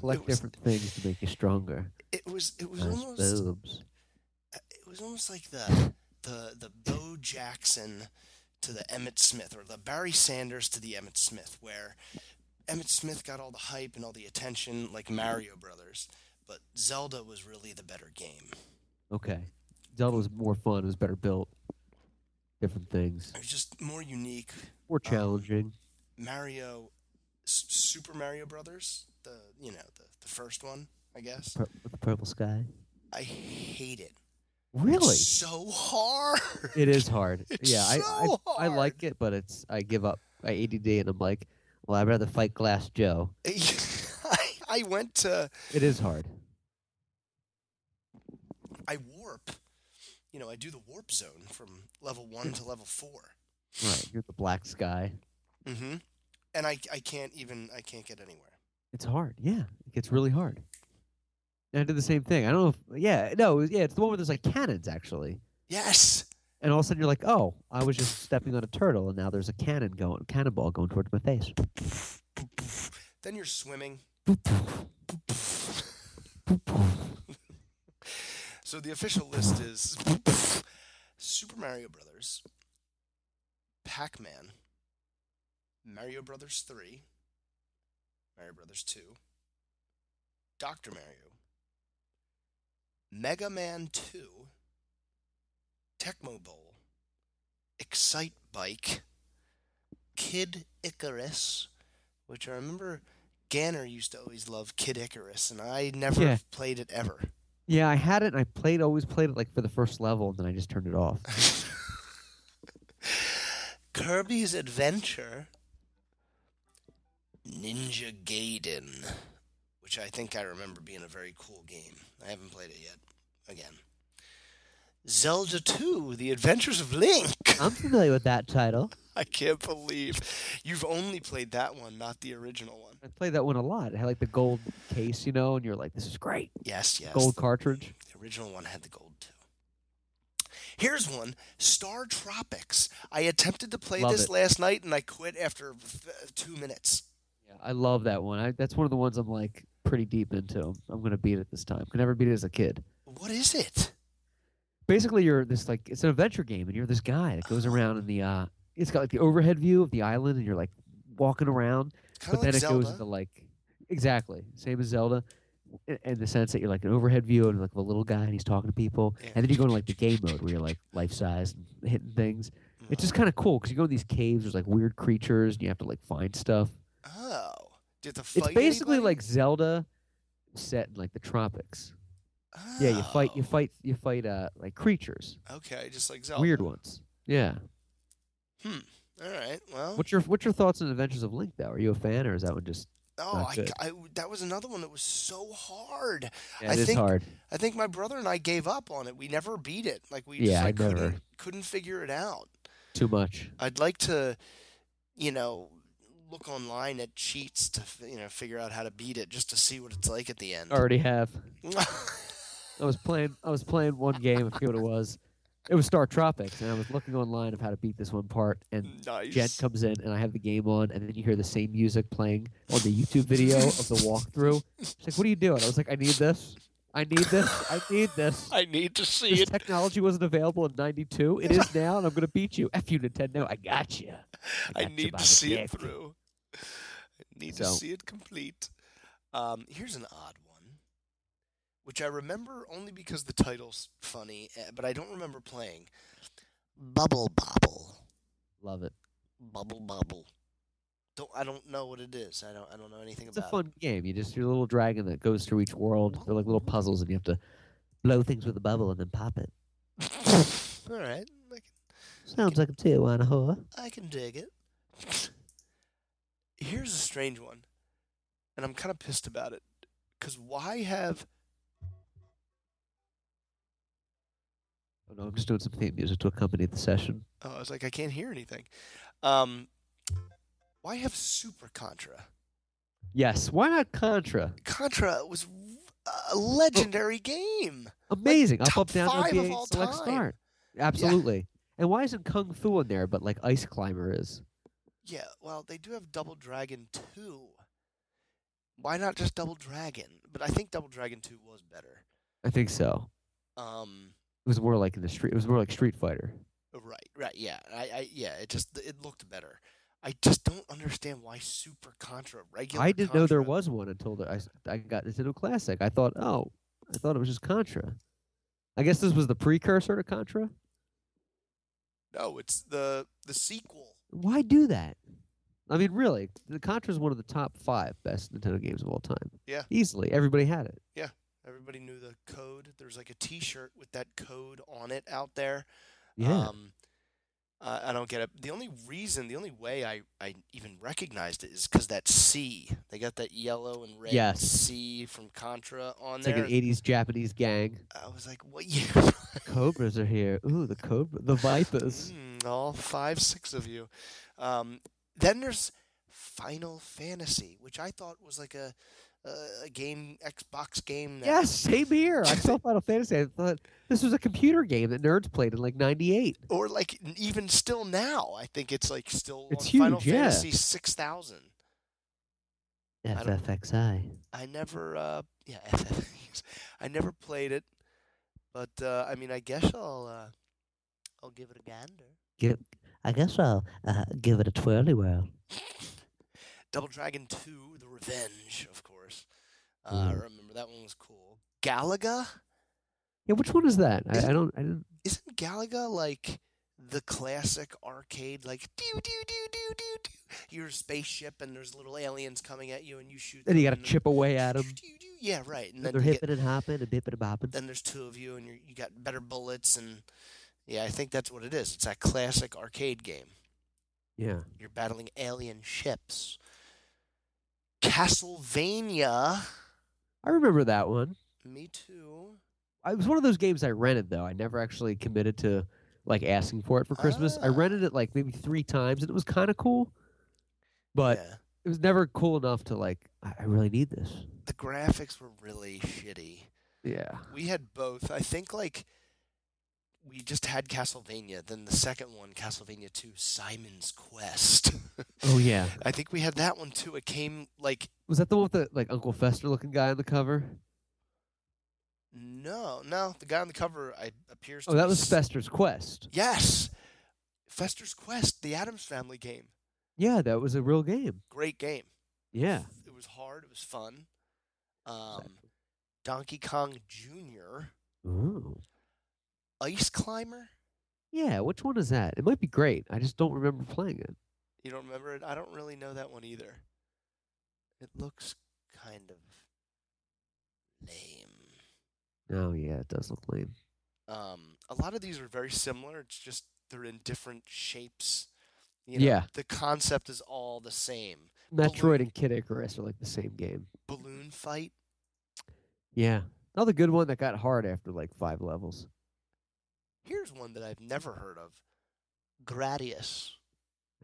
Collect It was- different things to make you stronger. it was it was Nice almost boobs. it was almost like the the the Bo Jackson to the Emmett Smith or the Barry Sanders to the Emmett Smith where Emmett Smith got all the hype and all the attention like Mario Brothers but Zelda was really the better game Okay. Zelda was more fun. It was better built. Different things. it was just more unique More Um, challenging. Mario S- Super Mario Brothers the you know the, the first one I guess Pur- with the purple sky. I hate it Really? It's so hard. It is hard. It's yeah, I, so I, I like it, but it's I give up. I ADD and I'm like, well, I'd rather fight Glass Joe. I, I went to It is hard. I warp. You know, I do the warp zone from level one to level 4 Right, you're the black sky. Mm-hmm. And I I can't even I can't get anywhere. It's hard. Yeah, it gets really hard. And I did the same thing. I don't know. If, yeah, no, it was- yeah, it's the one where there's like cannons actually, Yes. and all of a sudden you're like, oh, I was just stepping on a turtle, and now there's a cannon going, cannonball going towards my face. Then you're swimming. So the official list is Super Mario Brothers, Pac-Man, Mario Brothers 3, Mario Brothers 2, Dr. Mario, Mega Man 2, Tecmo Bowl, Excite Bike, Kid Icarus, which I remember Ganner used to always love Kid Icarus, and I never Yeah. played it ever. Yeah, I had it, and I played, always played it like for the first level, and then I just turned it off. Kirby's Adventure, Ninja Gaiden, which I think I remember being a very cool game. I haven't played it yet. Again, Zelda 2: The Adventures of Link. I'm familiar with that title. I can't believe you've only played that one, not the original one. I played that one a lot. It had like the gold case, you know, and you're like, this is great. Yes, yes. Gold the- cartridge. The original one had the gold too. Here's one Star Tropics. I attempted to play Love this it. last night and I quit after f- two minutes. Yeah, I love that one. I, that's one of the ones I'm like pretty deep into. I'm gonna beat it this time. Could never beat it as a kid. What is it? Basically, you're this like it's an adventure game, and you're this guy that goes around in the. uh It's got like the overhead view of the island, and you're like walking around. Kind but of like then it Zelda. goes into like exactly same as Zelda, i- in the sense that you're like an overhead view and like a little guy and he's talking to people, Yeah. and then you go into like the game mode where you're like life size and hitting things. It's Mm. just kind of cool because you go in these caves. There's like weird creatures and you have to like find stuff. oh, do you have to fight it's basically anybody? like Zelda, set in like the tropics. Yeah, you fight, you Oh, fight, you fight uh like creatures, Okay, just like Zelda. weird ones. Yeah. All right. Well, What's your what's your thoughts on Adventures of Link though? Are you a fan or is that one just? oh, not I, good. I- that was another one that was so hard. Yeah, I it is think- hard. I think my brother and I gave up on it. We never beat it. Like we Yeah, just I like, never. couldn't couldn't figure it out. Too much. I'd like to, you know, look online at cheats to f- you know figure out how to beat it just to see what it's like at the end. Already have. I was playing. I was playing one game. I forget what it was. It was Star Tropics, and I was looking online of how to beat this one part. And nice. Jen comes in, and I have the game on, and then you hear the same music playing on the YouTube video of the walkthrough. She's like, "What are you doing?" I was like, "I need this. I need this. I need this." I need to see This it. technology wasn't available in '92. It is now, and I'm gonna beat you. F you, Nintendo. I got you. I got you need by to the see it dick. through. I need to So- see it complete. Um, here's an odd one, which I remember only because the title's funny, eh, but I don't remember playing. Bubble bobble, Love it. bubble bobble. Don't I don't know what it is. I don't I don't know anything It's a about fun game. You just you're a little dragon that goes through each world. They're like little puzzles, and you have to blow things with a bubble and then pop it. it. All right, I can- Sounds like a two on a whore. I can dig it. Here's a strange one, and I'm kind of pissed about it. Because why have. Oh, no, I'm just doing some theme music to accompany the session. Oh, I was like, I can't hear anything. Um, why have Super Contra? Yes, why not Contra? Contra was a legendary game. Amazing. up, top up, down, five of OBA, all select time. start. Absolutely. And why isn't Kung Fu in there, but like Ice Climber is? Yeah, well, they do have Double Dragon 2. Why not just Double Dragon? But I think Double Dragon 2 was better. I think so. Um, It was more like in the street. It was more like Street Fighter. Right, right, yeah, I, I, yeah. It just it looked better. I just don't understand why Super Contra regular. I didn't know there Contra- was one until the, I s- I got Nintendo Classic. I thought, oh, I thought it was just Contra. I guess this was the precursor to Contra. No, it's the the sequel. Why do that? I mean, really, the Contra is one of the top five best Nintendo games of all time. Yeah. easily. Everybody had it. Everybody knew the code. There's like a T-shirt with that code on it out there. Yeah. Um, I I don't get it. The only reason, the only way I, I even recognized it is because that C. They got that yellow and red Yes. C from Contra on It's there. like an e '80s Japanese gang. I was like, what year? Cobras are here. Ooh, the cobra, the vipers. Mm, all five, six of you. Um, then there's Final Fantasy, which I thought was like a a, a game, Xbox game. That, Yes, same here. I saw Final Fantasy. I thought this was a computer game that nerds played in like '98. Or like n- even still now, I think it's like still It's on Oh, Final huge, yeah. Fantasy six thousand. I don't- FFXI. I never, uh, yeah, I never played it, but uh, I mean, I guess I'll uh, I'll give it a gander. Give, I guess I'll uh, give it a twirly whirl. Double Dragon Two: The Revenge, of course. Uh, I remember that one was cool. Galaga. Yeah, which one is that? I, Isn't- I don't. I didn't. isn't Galaga like the classic arcade like do do do do do do you're a spaceship and there's little aliens coming at you and you shoot And you them got to chip away at him. doo-doo-doo, yeah right and They're then, you get, hipping and hopping and bipping and bopping. then there's two of you and you're, you got better bullets and yeah I think that's what it is it's that classic arcade game Yeah. you're battling alien ships Castlevania I remember that one. me too I I- it was one of those games I rented though. I never actually committed to like asking for it for Christmas. I Ah. rented it like maybe three times, and it was kind of cool, but yeah. it was never cool enough to like. I, I really need this. the graphics were really shitty. Yeah. We had both. I think like we just had Castlevania, then the second one, Castlevania 2, Simon's Quest. Oh yeah. I think we had that one too. It came like Was that the one with the like Uncle Fester looking guy on the cover? no, no, the guy on the cover I appears to Oh, that be was s- Fester's Quest. Yes. Fester's Quest, the Adams Family game. Yeah, that was a real game. Great game. Yeah. It was hard, it was fun. Um, Donkey Kong Jr., Ooh. Ice Climber. Yeah, which one is that? It might be great. I just don't remember playing it. You don't remember it? I don't really know that one either. It looks kind of lame. Oh yeah, it does look lame. Um, a lot of these are very similar. It's just they're in different shapes. You know, Yeah. The concept is all the same. Metroid and Kid Icarus are like the same game. Balloon fight. Yeah. Another good one that got hard after like five levels. Here's one that I've never heard of. Gradius.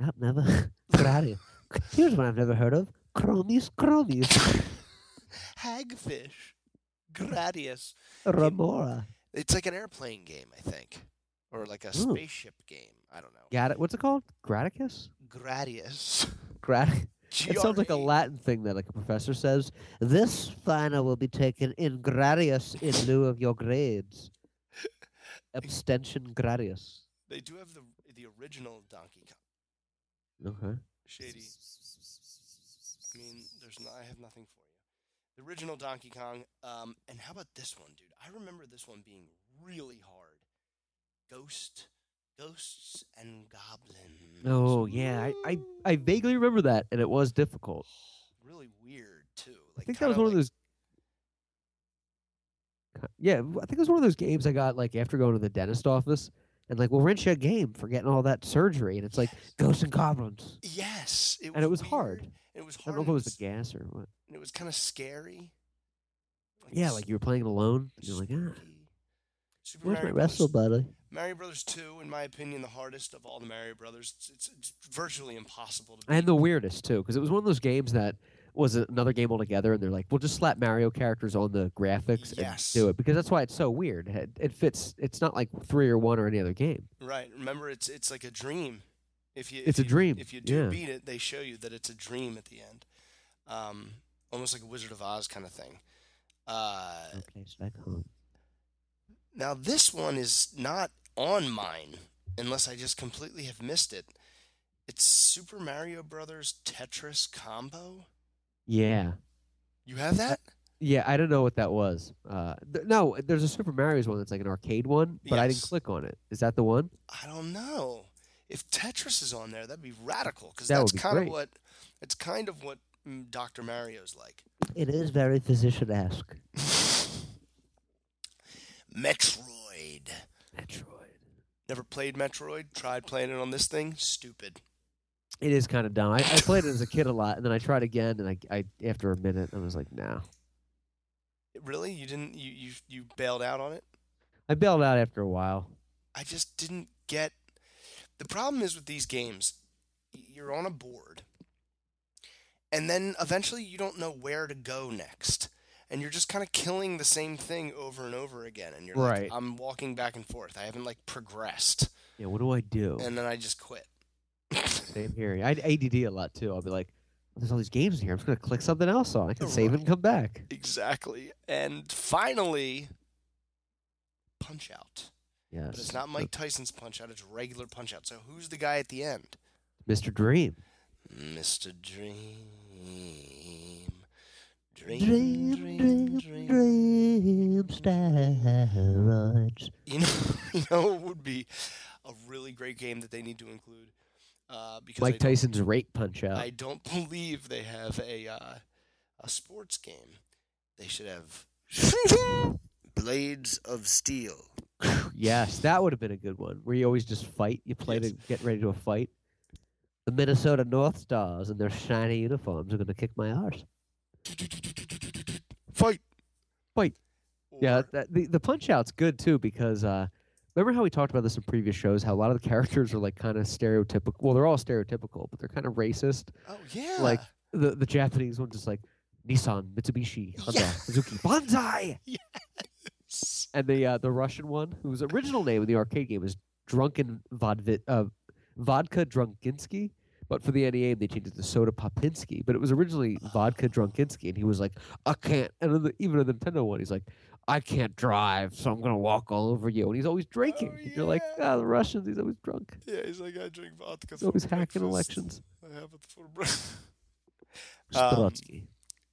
I've never. Ferrari. Here's one I've never heard of. Cronies, cronies. Hagfish. Gradius. Remora. It's like an airplane game, I think, or like a Ooh. spaceship game. I don't know. Got it. What's it called? Graticus? Gradius. Grat. It sounds like a GRA. Latin thing that like a professor says. This final will be taken in gradius in lieu of your grades. Abstention gradius. They do have the the original Donkey Kong. Okay. Shady. I mean, there's no, I have nothing for you. The original Donkey Kong. Um, and how about this one, dude? I remember this one being really hard. Ghost, ghosts and goblins. Oh yeah, I, I I vaguely remember that, and it was difficult. Really weird too. I Like, think that was kinda one of like- those. Ki- Yeah, w- I think it was one of those games I got like after going to the dentist office, and like we'll rent you a game for getting all that surgery, and it's like ghosts and goblins, Yes, it was and it was weird, hard. It was I hard. don't know if it and was the gas or what. and it was kind of scary. Yeah, like you were playing it alone. and You're like, ah, spooky. Super Where's my Mario wrestle Bros. buddy? Mario Brothers 2, in my opinion, the hardest of all the Mario Brothers. It's, it's, it's virtually impossible to beat. and the weirdest too, because it was one of those games that was a- another game altogether, and they're like, we'll just slap Mario characters on the graphics Yes. and do it because that's why it's so weird. It, it fits. It's not like three or one or any other game. Right. Remember, it's it's like a dream. If you, if It's a you- dream, If you do yeah. beat it, they show you that it's a dream at the end. Um, almost like a Wizard of Oz kind of thing. Uh, A place like home. now this one is not on mine, unless I just completely have missed it. It's Super Mario Brothers Tetris combo. Yeah. You have that? Yeah, I don't know what that was. Uh, th- no, there's a Super Mario's one that's like an arcade one, but I didn't Yes. click on it. Is that the one? I don't know. If Tetris is on there, that'd be radical because That would that's be kind of great. what it's kind of what mm, Dr. Mario's like. It is very physician-esque. Metroid. Metroid. Never played Metroid. Tried playing it on this thing. Stupid. It is kind of dumb. I, I played it as a kid a lot, and then I tried again, and I, I after a minute, I was like, nah. Really? You didn't? You you you bailed out on it? I bailed out after a while. I just didn't get. The problem is with these games, y- you're on a board, and then eventually you don't know where to go next, and you're just kind of killing the same thing over and over again, and you're Right. like, I'm walking back and forth. I haven't like progressed, Yeah, what do I do? and then I just quit. Same here. I had ADD a lot too. I'll be like, there's all these games in here. I'm just gonna click something else on. I can save it and come back. Exactly. And finally, Punch Out. Yes. But it's not Mike Tyson's punch out, it's regular punch out. So who's the guy at the end? Mr. Dream. Mr. Dream. Dream, dream, dream, steroids. You know, you know it would be a really great game that they need to include. Uh, because Mike I, don't, Tyson's rape punch out. I don't believe they have a uh, a sports game. They should have Blades of Steel. Yes, that would have been a good one. Where you always just fight. You play Yes. to get ready to a fight. The Minnesota North Stars and their shiny uniforms are going to kick my arse. Fight. Fight. Yeah, or- that, the the punch out's good too because uh, remember how we talked about this in previous shows? How a lot of the characters are like kind of stereotypical. Well, they're all stereotypical, but they're kind of racist. oh yeah, Like the the Japanese one's just like Nissan, Mitsubishi, Honda, Yeah. Suzuki, Banzai, S- and the uh, the Russian one whose original name in the arcade game is Drunken Vodvi- uh, Vodka Drunkinsky. But for the NEA, they changed it to Soda Popinski. But it was originally Ah. Vodka Drunkinsky, and he was like, "I can't." And in the, even the Nintendo one, he's like, "I can't drive, so I'm gonna walk all over you." And he's always drinking. and You're like, Oh, yeah. "Ah, the Russians. He's always drunk. yeah, he's like I drink vodka. He's always for hacking breakfast. elections." I have it for breakfast. Um, Strotsky,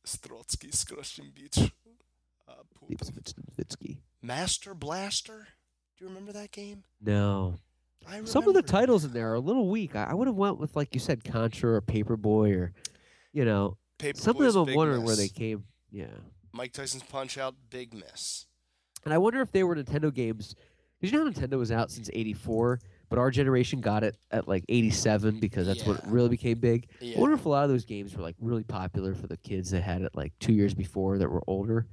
Strotsky, Scrushing Beach. Uh, poop. Vitsky. Master Blaster. Do you remember that game? No, I remember some of the that. titles in there are a little weak. I, I would have went with like you said, Contra or Paperboy or, you know, some Paperboy's of them I'm Big wondering where they Mess. came. Yeah, Mike Tyson's Punch Out, Big Miss. and I wonder if they were Nintendo games. Did you know how Nintendo was out since '84, but our generation got it at like '87 because that's when it Yeah. really became big. Yeah. I wonder if a lot of those games were like really popular for the kids that had it like two years before that were older.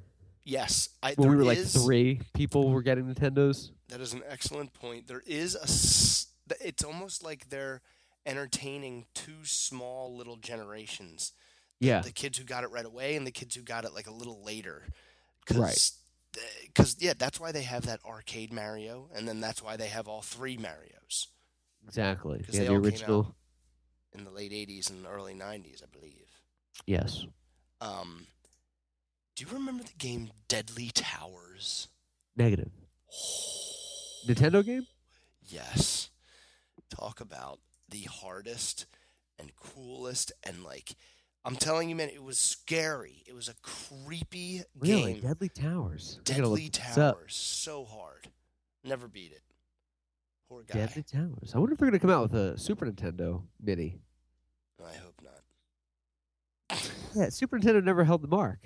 Yes, I, When we there were like is- three, people were getting Nintendos. That is an excellent point. There is a. s- th- It's almost like they're entertaining two small little generations. Yeah, The kids who got it right away and the kids who got it like a little later. Right. Because, yeah, that's why they have that arcade Mario, and then that's why they have all three Marios exactly. 'Cause Yeah, they the all came out. original. in the late 80s and early 90s, I believe. Yes. Um, do you remember the game Deadly Towers? Negative. Nintendo game? Yes. Talk about the hardest and coolest and like I'm telling you, man, it was scary. It was a creepy Really? game. Deadly Towers. I gotta look Deadly this up. Towers, so hard. Never beat it. Poor guy. Deadly Towers. I wonder if they're gonna come out with a Super Nintendo Mini. I hope not. Yeah, Super Nintendo never held the mark.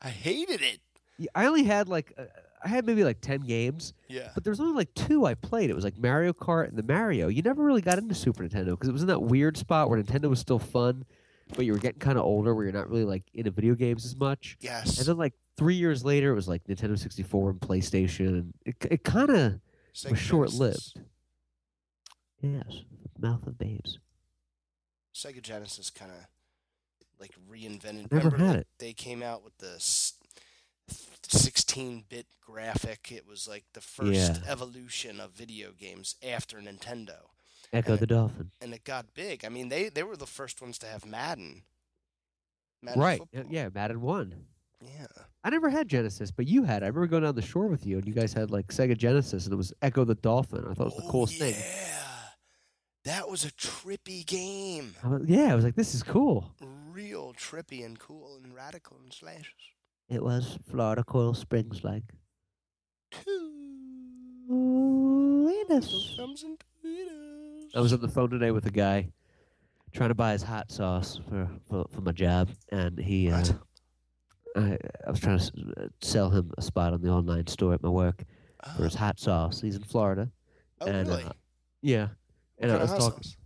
I hated it. Yeah, I only had like uh, I had maybe like ten games, Yeah. but there was only like two I played. It was like Mario Kart and the Mario. You never really got into Super Nintendo because it was in that weird spot where Nintendo was still fun, but you were getting kind of older, where you're not really like into video games as much. Yes. And then like three years later, it was like Nintendo 64 and PlayStation, and it it kind of Sega was short Genesis. lived. Yes, mouth of babes. Sega Genesis kind of like reinvented. I never remember, had like, it. They came out with this 16-bit graphic. It was like the first Yeah. evolution of video games after Nintendo, Echo And the dolphin. and it got big. I mean, they they were the first ones to have Madden. Madden right? yeah, football. Yeah, Madden one. Yeah. I never had Genesis, but you had. I remember going down the shore with you, and you guys had like Sega Genesis, and it was Echo the Dolphin. I thought it was the Oh, coolest yeah. thing. That was a trippy game. I was, yeah, I was like, this is cool. Real trippy and cool and radical and slash. It was Florida Coil Springs like. Little thumbs and tweeters. I was on the phone today with a guy trying to buy his hot sauce for for, for my job, and he. Uh, Right. I, I was trying to s- uh, sell him a spot on the online store at my work for Oh, his hot sauce. He's in Florida. oh, and, uh, really? Yeah. And I Kinda was hot talking. sauce.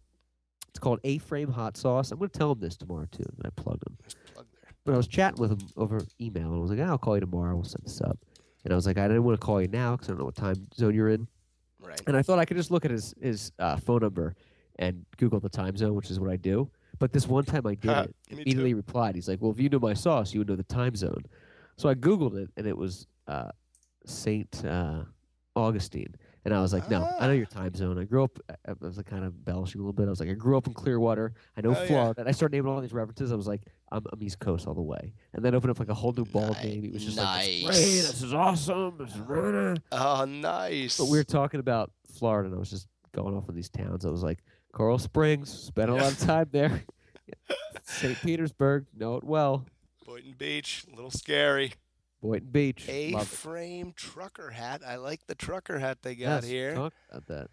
It's called A Frame Hot Sauce. I'm going to tell him this tomorrow too. and I plugged him, Let's plug there. but I was chatting with him over email, and I was like, "I'll call you tomorrow. We'll set this up." And I was like, "I didn't want to call you now because I don't know what time zone you're in." Right. And I thought I could just look at his his uh, phone number and Google the time zone, which is what I do. But this one time I did Ha, it. me too. Immediately replied, he's like, "Well, if you knew my sauce, you would know the time zone." So I googled it, and it was uh, Saint uh, Augustine. And I was like, "No, I know Ah. your time zone. I grew up." I- I was like, kind of embellishing a little bit. I was like, "I grew up in Clearwater. I know Oh, yeah. Florida." And I started naming all these references. I was like, "I'm, I'm East Coast all the way." And then opened up like a whole new ball Ni- game. It was just like, "This is great. nice. This is awesome. This is rah-rah." Oh, nice. But we were talking about Florida, and I was just going off on these towns. I was like, Coral Springs, spent a lot of time there. St. Petersburg, know it well. Boynton Beach, a little scary. Boynton Beach, A love it. frame trucker hat. I like the trucker hat they got Yes, here. Talk about that.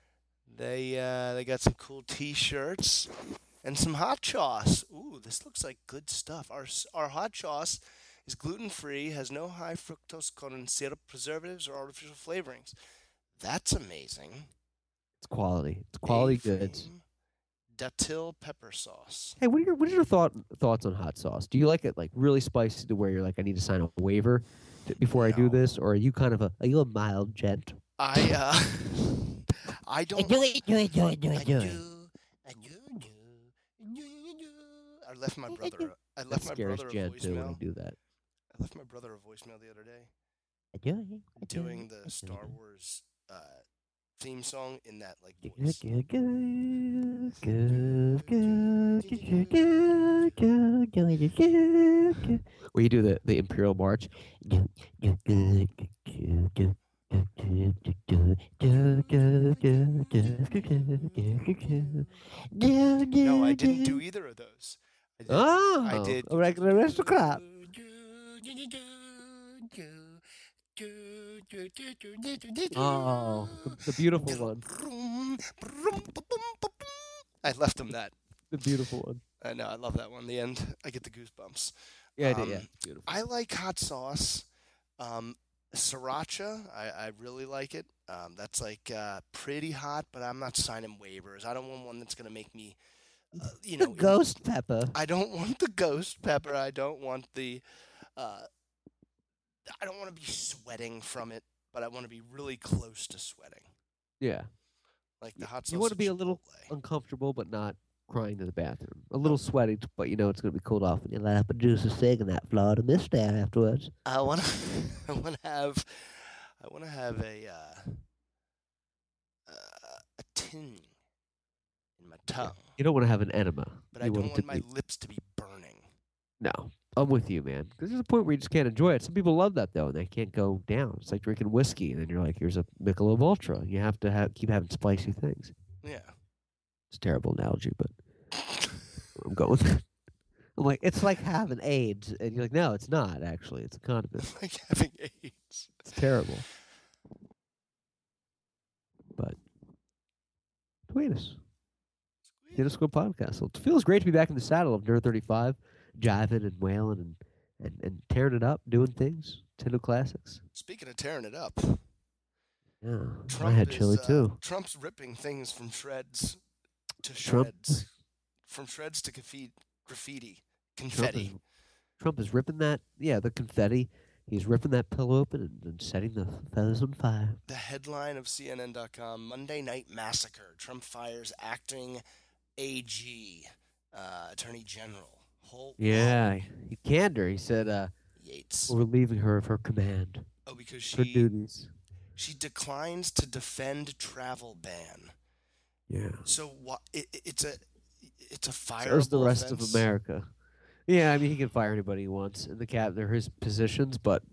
They uh, they got some cool T-shirts and some hot sauce. Ooh, this looks like good stuff. Our s- our hot sauce is gluten free, has no high fructose corn syrup, preservatives, or artificial flavorings. That's amazing. It's quality. It's quality A-frame goods. Datil pepper sauce. Hey, what are your what are your thought, thoughts on hot sauce? Do you like it like really spicy to where you're like, I need to sign a waiver? d- before I do No. this, or are you kind of a are you a mild gent? I uh, I don't. do it, do it, do it, do I it, do it. do, I do, do, do, do, do. I left my brother. a- I That left my scares brother a Jed too when I voicemail. do that. I left my brother a voicemail the other day I do it, I do doing it, I the Star do Wars uh, theme song in that like it. voice. Go, go, go, go, go, go, go, go, go, go. Or you do the, the Imperial March. Do, do, do, do, do, do, do, do, do, do, do, do, do, do, do, do. Do, No, I do, didn't do. do either of those. I did, Oh, I did. a regular aristocrat. Oh, the, the beautiful one. I left him that. The beautiful one. I know. I love that one. The end. I get the goosebumps. Yeah, I did, yeah. Um, Beautiful. I like hot sauce. Um, sriracha, I, I really like it. Um, that's like uh, pretty hot, but I'm not signing waivers. I don't want one that's gonna make me, uh, you the know, in- ghost pepper. I don't want the ghost pepper. I don't want the. Uh, I don't want to be sweating from it, but I want to be really close to sweating, Yeah. like Y- the hot sauce. you wanna at be a little Chipotle. Uncomfortable, but not crying to the bathroom. A little sweaty, t- but you know it's going to be cooled off. And you let up a juice of cig and that Florida mist down afterwards. I want to. I want to have. I want to have a. Uh, uh, a ting in my tongue, You don't want to have an enema. but I You don't it to want my be- lips to be burning. No. I'm with you, man. 'Cause there's a point where you just can't enjoy it. Some people love that, though, and they can't go down. It's like drinking whiskey, and then you're like, here's a Michelob Ultra. You have to have, keep having spicy things. Yeah. It's a terrible analogy, but I'm going. with it. I'm like, it's like having AIDS, and you're like, no, it's not actually. It's a condiment. like having AIDS. It's terrible. But tweet us, get us go podcast. It feels great to be back in the saddle of Nerd 35, jiving and wailing and, and and tearing it up, doing things, Nintendo classics. Speaking of tearing it up, Yeah, Trump I had is, chili uh, too. Trump's ripping things from shreds to Trump- shreds, from shreds to graffiti, graffiti Trump is, confetti. Trump is ripping that, yeah, the confetti. He's ripping that pillow open and, and setting the feathers on fire. The headline of CNN.com: Monday Night Massacre. Trump fires acting AG, uh, Attorney General. Holt Yeah, he candor. He said, uh, Yates. "We're relieving her of her command, Oh, because her she duties." she declines to defend travel ban. Yeah. So what? It, it- it's a it's a fire. There's the rest of America. Yeah, I mean, he can fire anybody he wants in the cap. They're his positions, but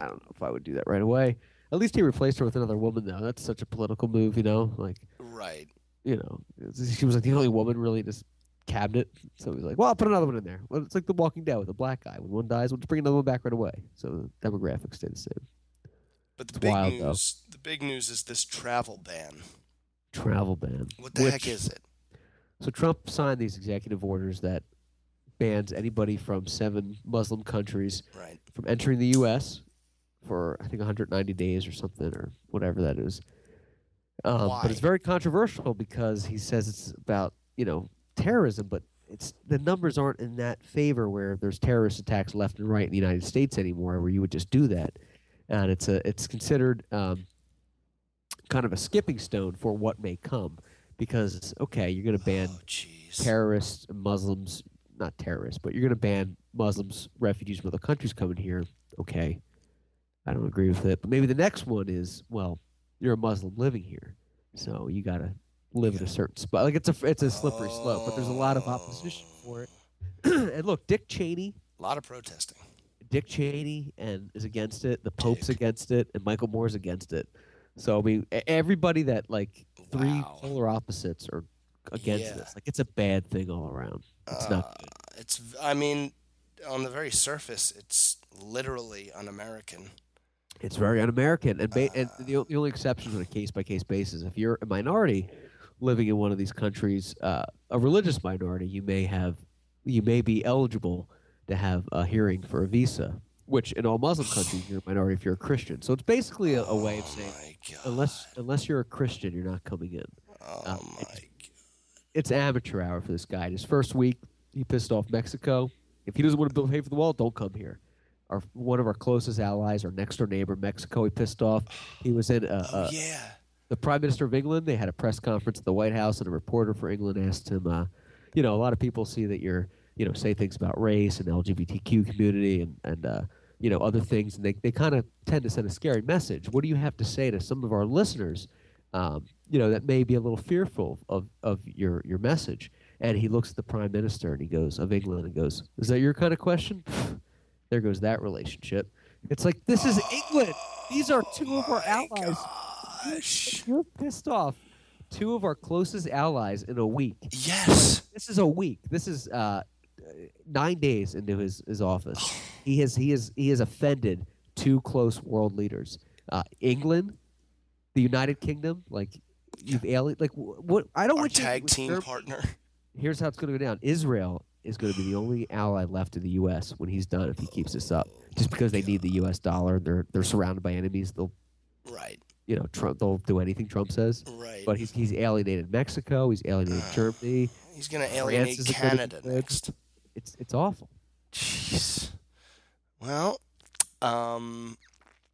I don't know if I would do that right away. At least he replaced her with another woman, though. That's such a political move, you know. Like, Right. you know, she was like the only woman really in this cabinet. So he's like, well, I'll put another one in there. Well, it's like The Walking Dead with a black guy. When one dies, we'll just bring another one back right away. So the demographics stay the same. But the It's big wild, though. news, the big news is this travel ban. Travel ban. What the which- heck is it? So Trump signed these executive orders that bans anybody from seven Muslim countries Right. from entering the U.S. for I think 190 days or something or whatever that is. Um, But it's Why? very controversial because he says it's about you know terrorism, but it's the numbers aren't in that favor where there's terrorist attacks left and right in the United States anymore, where you would just do that, and it's a it's considered um, kind of a skipping stone for what may come because okay, you're going to ban oh, jeez. terrorists, Muslims, not terrorists, but you're going to ban Muslims, refugees from other countries coming here. Okay. I don't agree with it. But maybe the next one is, well, you're a Muslim living here. So you got to live in a certain spot. Like it's a it's a slippery slope, but there's a lot of opposition for it. and look, Dick Cheney, A lot of protesting. Dick Cheney and is against it, the Pope's against it, and Michael Moore's against it. So I mean, e- everybody that like three Wow. polar opposites are against Yeah. this. Like it's a bad thing all around. It's not good. Uh, It's. v- I mean, on the very surface, it's literally un-American. It's very un-American, and, uh. ba- and the, o- the only exception is on a case-by-case basis. If you're a minority living in one of these countries, uh, a religious minority, you may have, you may be eligible to have a hearing for a visa. Which in all Muslim countries, you're a minority if you're a Christian. So it's basically a, a way of saying, Oh My God. unless unless you're a Christian, you're not coming in. Oh uh, my. g- It's amateur hour for this guy. His first week, he pissed off Mexico. If he doesn't want to bill- pay for the wall, don't come here. our one of our closest allies, our next door neighbor, Mexico. We pissed off. He was in a, oh, a, yeah. the prime minister of England. They had a press conference at the White House, and a reporter for England asked him, uh, you know, a lot of people see that you're, you know, say things about race and LGBTQ community and and uh, you know other things, and they they kind of tend to send a scary message. What do you have to say to some of our listeners, um, you know, that may be a little fearful of of your your message? And he looks at the prime minister and he goes of England and goes, "Is that your kind of question?" there goes that relationship. It's like this is England. These are two of our allies. Gosh. You're pissed off two of our closest allies in a week. Yes. This is a week. This is uh, nine days into his, his office. He has he has he has offended two close world leaders. Uh, England, the United Kingdom, like you've alien like wh- what I don't Our want you to tag with team Germany. partner. Here's how it's going to go down. Israel is going to be the only ally left of the U.S. when he's done if he keeps this up, just because they need the U.S. dollar. They're they're surrounded by enemies. They'll Right. you know Trump. They'll do anything Trump says. Right. But he's he's alienated Mexico. He's alienated Germany. He's gonna Ah. alienate is a good Canada example. next. It's it's awful. Jeez. Well, um,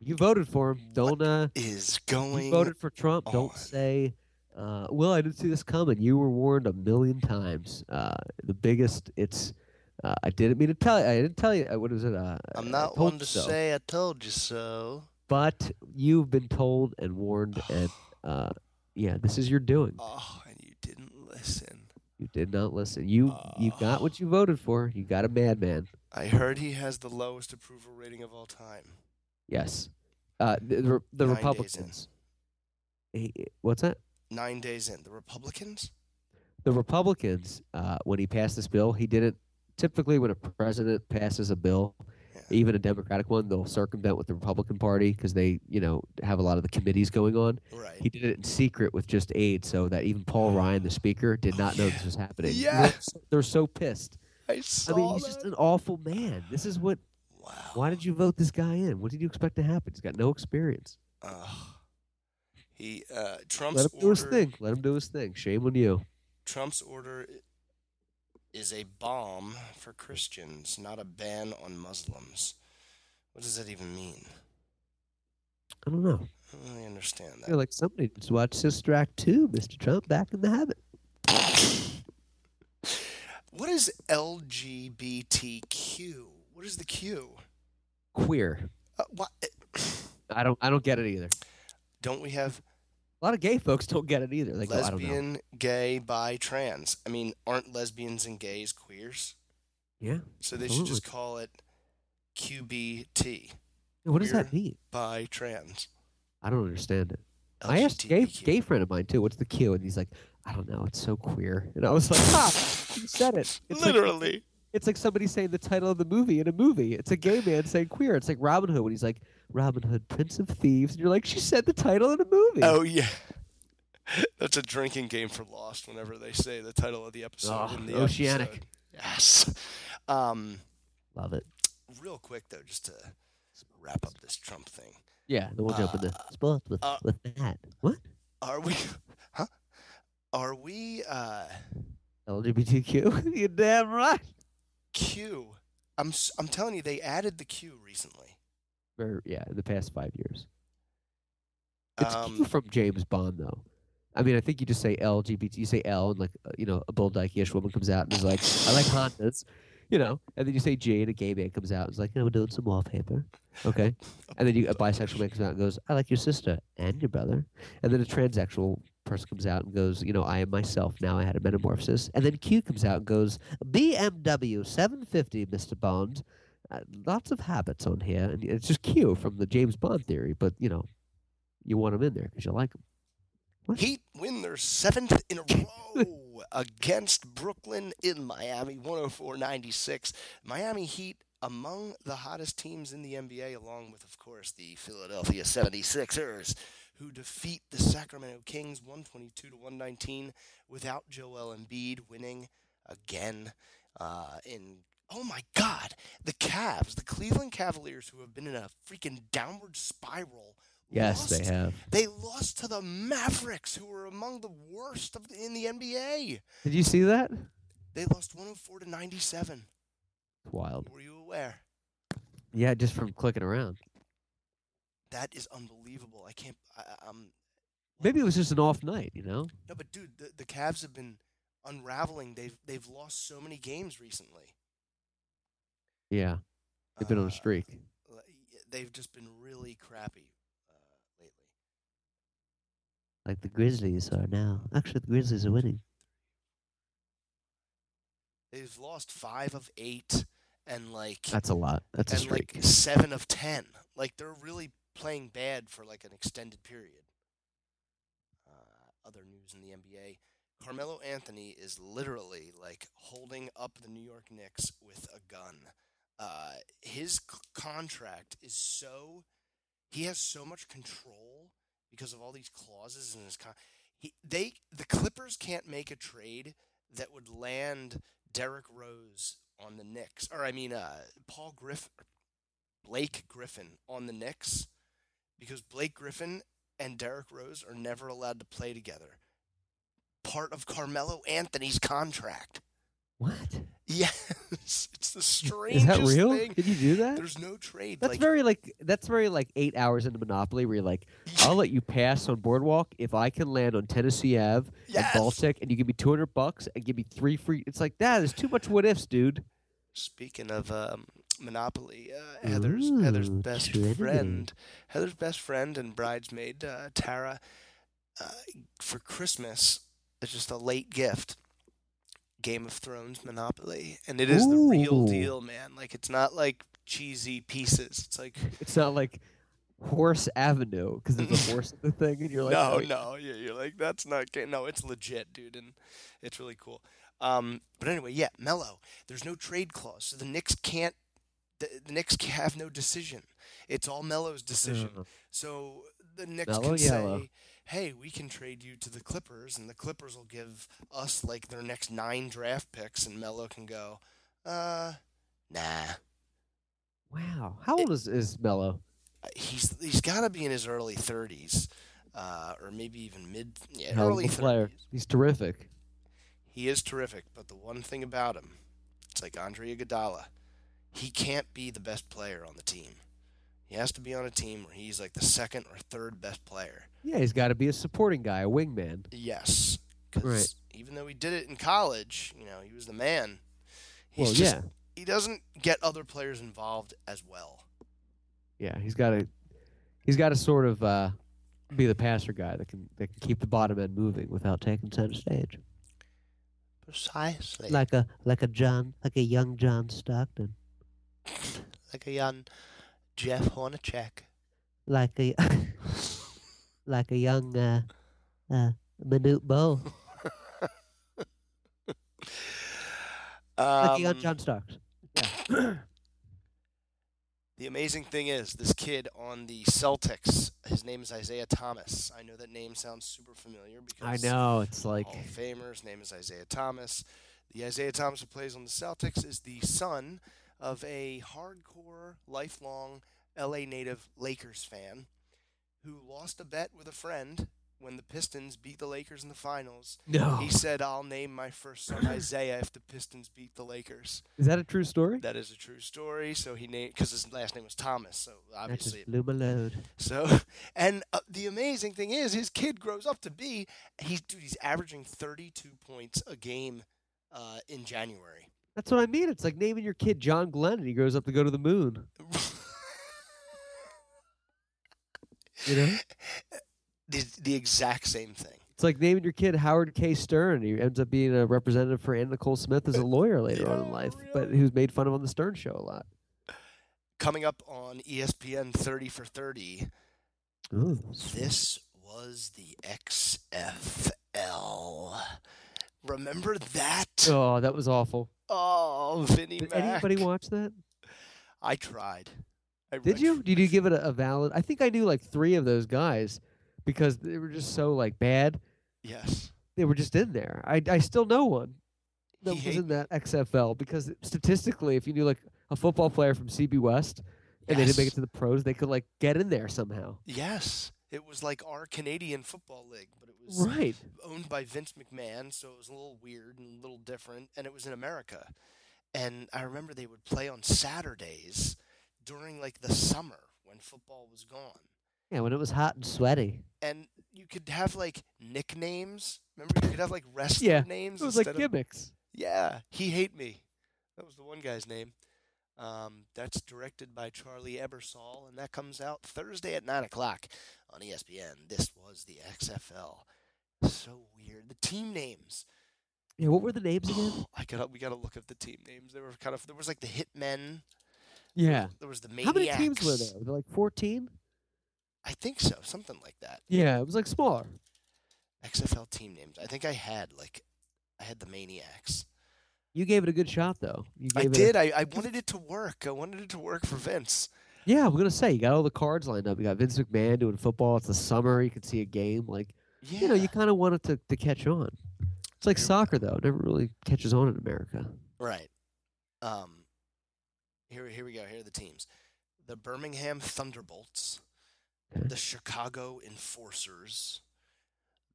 You voted for him. Don't uh, is you going. voted for Trump. on. Don't say, uh, "Well, I didn't see this coming." You were warned a million times. Uh, the biggest. It's. Uh, I didn't mean to tell you. I didn't tell you. uh, What was it? Uh, I I'm not told one you to so. say I told you so. But you've been told and warned, and uh, yeah, this is your doing. Oh, and you didn't listen. You did not listen. You you Uh. got what you voted for. You got a madman. I heard he has the lowest approval rating of all time. Yes. Uh, the the, the Nine days in. Republicans. He, what's that? Nine days in, the Republicans. The Republicans, uh, when he passed this bill, he didn't. Typically, when a president passes a bill, Yeah. even a Democratic one, they'll circumvent with the Republican Party because they, you know, have a lot of the committees going on. Right. He did it in secret with just aides, so that even Paul Ryan, the Speaker, did not know this was happening. They're Yeah. so- They're so pissed. I I saw mean, he's that. just an awful man. This is what. wow. Why did you vote this guy in? What did you expect to happen? He's got no experience. Ugh. he uh, Trump's Let him do his order. thing. Let him do his thing. Shame on you. Trump's order i- is a bomb for Christians, not a ban on Muslims. What does that even mean? I don't know. I don't really understand I that. feel like somebody just watched Sister Act 2, Mr. Trump back in the habit. What is LGBTQ? What is the Q? Queer. Uh, what? I don't I don't get it either. Don't we have A lot of gay folks don't get it either. They go, I don't know. lesbian, gay, bi, trans? I mean, aren't lesbians and gays queers? Yeah. So they should just call it QBT, What does that queer. mean? bi, trans. I don't understand it. I asked a gay, LGBTQ. gay friend of mine too, what's the Q? And he's like, I don't know, it's so queer. And I was like, ha, you said it. It's like, Literally. it's like somebody saying the title of the movie in a movie. It's a gay man saying queer. It's like Robin Hood when he's like, Robin Hood, Prince of Thieves. And you're like, she said the title in a movie. Oh yeah, that's a drinking game for Lost. Whenever they say the title of the episode, Ah, in the Oceanic. episode. Yes. Um, Love it. real quick though, just to wrap up this Trump thing. Yeah, the one jump in the spot with, uh, with that. What? Are we? Huh? Are we? Uh, LGBTQ? You're damn right. Q. I'm s- I'm telling you, they added the Q recently. Or, yeah, in the past five years. It's Q Um, from James Bond, though. I mean, I think you just say LGBT, you say L, and like, uh, you know, a bull dykey-ish woman comes out and is like, I like Hondas, you know, and then you say G, and a gay man comes out and is like, you know, we're doing some wallpaper. Okay. And then you, a bisexual man comes out and goes, I like your sister and your brother. And then a transsexual person comes out and goes, you know, I am myself now. I had a metamorphosis. And then Q comes out and goes, BMW 750, Mr. Bond. Uh, lots of habits on here. And it's just Q from the James Bond theory, but, you know, you want them in there because you like them. Heat win their seventh in a row against Brooklyn in Miami, 104-96. Miami Heat among the hottest teams in the NBA, along with, of course, the Philadelphia 76ers, who defeat the Sacramento Kings 122 to 119 without Joel Embiid winning again uh, in. Oh my God! The Cavs, the Cleveland Cavaliers, who have been in a freaking downward spiral. lost have. they lost to the Mavericks, who were among the worst of the, in the NBA. Did you see that? They lost 104 to 97. It's wild. Were you aware? Yeah, just from clicking around. That is unbelievable. I can't. I, I- I'm Maybe it was just an off night, you know? no, but dude, the the Cavs have been unraveling. They've they've lost so many games recently. Yeah, they've been on Uh, a streak. l- y- They've just been really crappy uh, lately. Like the Grizzlies are now. Actually, the Grizzlies are winning. They've lost five of eight, and like That's a lot. That's a and like streak. seven of ten. Like they're really playing bad for like an extended period. Uh, other news in the NBA: Carmelo Anthony is literally like holding up the New York Knicks with a gun. Uh, his c- contract is so he has so much control because of all these clauses in his con. He, they the Clippers can't make a trade that would land Derrick Rose on the Knicks, or I mean, uh, Paul Griff, Blake Griffin on the Knicks, because Blake Griffin and Derrick Rose are never allowed to play together. Part of Carmelo Anthony's contract. what? Yes, it's the strangest Is that real? thing. Did you do that? There's no trade. that's like, very like that's very like eight hours into Monopoly where you're like, I'll let you pass on Boardwalk if I can land on Tennessee Ave yes. and Baltic and you give me two hundred bucks and give me three free it's like that is too much what ifs, dude. Speaking of um, Monopoly, uh, Heather's Heather's Ooh, best Trinity. friend, Heather's best friend and bridesmaid uh, Tara, uh, for Christmas, it's just a late gift. Game of Thrones Monopoly, and it is the real Ooh. deal, man. Like it's not like cheesy pieces. It's like It's not like Horse Avenue because there's a horse in the thing and you're like "Oh, no, no, yeah, you're like that's not ga- no, it's legit, dude, and it's really cool. Um, but anyway, yeah, Mello. There's no trade clause, so the Knicks can't. The, the Knicks ca- have no decision. It's all Mello's decision. uh, So the Knicks Mello can Yellow. say, "Hey, we can trade you to the Clippers, and the Clippers will give us like their next nine draft picks." And Mello can go, "Uh, nah." Wow. How old is, is Mello? he's he's got to be in his early 30s, uh, or maybe even mid yeah, Hell of early a 30s. player. He's terrific. He is terrific, but the one thing about him, it's like Andre Iguodala, he can't be the best player on the team. He has to be on a team where he's like the second or third best player. Yeah, he's got to be a supporting guy, a wingman. Yes, because Right. even though he did it in college, you know he was the man. He's well, just, yeah, he doesn't get other players involved as well. yeah, he's got to, he's got to sort of uh, be the passer guy that can that can keep the bottom end moving without taking center stage, Precisely, like a like a John, like a young John Stockton, like a young Jeff Hornacek. like a like a young uh, uh, Manute Bow, like a young Um, John Starks. The amazing thing is, this kid on the Celtics, his name is Isaiah Thomas. I know that name sounds super familiar I because know it's like eh. Hall of Famer's name is Isaiah Thomas. The Isaiah Thomas who plays on the Celtics is the son of a hardcore, lifelong LA native Lakers fan who lost a bet with a friend when the Pistons beat the Lakers in the finals. no. He said, I'll name my first son Isaiah if the Pistons beat the Lakers. Is that a true story? That is a true story. So he named because his last name was Thomas. So That just obviously, blew my load. so and uh, the amazing thing is his kid grows up to be he's dude he's averaging 32 points a game uh, in January. That's what I mean. It's like naming your kid John Glenn, and he grows up to go to the moon. You know. the the exact same thing. It's like naming your kid Howard K. Stern. He ends up being a representative for Anna Nicole Smith as a lawyer later on in life, but he was made fun of on the Stern Show a lot. Coming up on E ESPN 30 for 30. This was the XFL. Remember that? Oh, that was awful. Oh, Vinny Did Mac. anybody watch that? I tried. I Did re- you? Did you give it a, a valid? I think I knew like three of those guys because they were just so like bad. Yes. They were just in there. I I still know one that He was hate- in that XFL because statistically, if you knew like a football player from CB West and they didn't make Yes. it to the pros, they could like get in there somehow. Yes, it was like our Canadian football league, but it was Right. owned by Vince McMahon, so it was a little weird and a little different, and it was in America. And I remember they would play on Saturdays during like the summer when football was gone. Yeah, when it was hot and sweaty. And you could have like nicknames. Remember, you could have like wrestler Yeah, names. It was like instead of- gimmicks. yeah, he hate me. That was the one guy's name. Um, that's directed by Charlie Ebersol, and that comes out Thursday at nine o'clock on E ESPN. This was the XFL. So weird. The team names. Yeah, what were the names again? I got. We got to look up the team names. There were kind of. There was like the Hitmen. yeah. There was the Maniacs. How many teams were there? Were there like 14? I think so. Something like that. Yeah, it was like smaller. XFL team names. I think I had like, I had the Maniacs. You gave it a good shot, though. You I gave it a- did. I, I wanted it to work. I wanted it to work for Vince. yeah, I'm gonna say you got all the cards lined up. You got Vince McMahon doing football. It's the summer. You can see a game. Like Yeah. you know, you kind of want it to, to catch on. It's like soccer, though. It never really catches on in America. Right. Um. Here, here we go. Here are the teams: the Birmingham Thunderbolts, Okay. the Chicago Enforcers,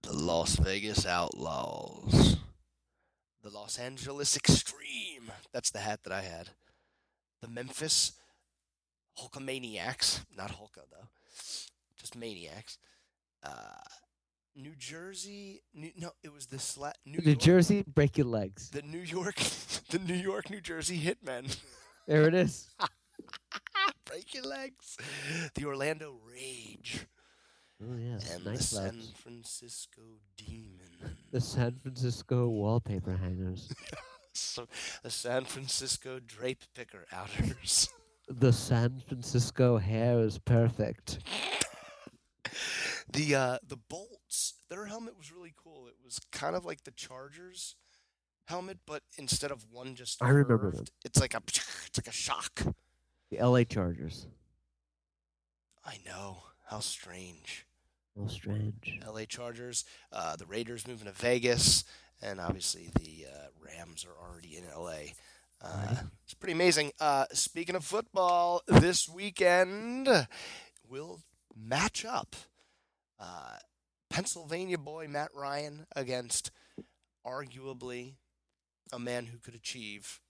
the Las Vegas Outlaws, the Los Angeles Extreme. That's the hat that I had. The Memphis Hulkamaniacs, not Hulka though, just Maniacs. Uh, New Jersey, New, no, it was the sla- New New York- Jersey, break your legs. the New York, the New York, New Jersey Hitmen. There it is. Oh, Break your legs. The Orlando Rage Oh yeah, and the nice San lads. Francisco Demon. The San Francisco wallpaper hangers. So, the San Francisco Drape Picker Outers. the San Francisco hair is perfect. the uh, the Bolts. Their helmet was really cool. It was kind of like the Chargers helmet, but instead of one just I remember them. curved, it's like a it's like a shock. The L.A. Chargers. I know how strange. Oh, strange. LA Chargers, uh, the Raiders moving to Vegas, and obviously the uh, Rams are already in LA. Uh, it's pretty amazing. Uh, speaking of football, this weekend will match up uh, Pennsylvania boy Matt Ryan against arguably a man who could achieve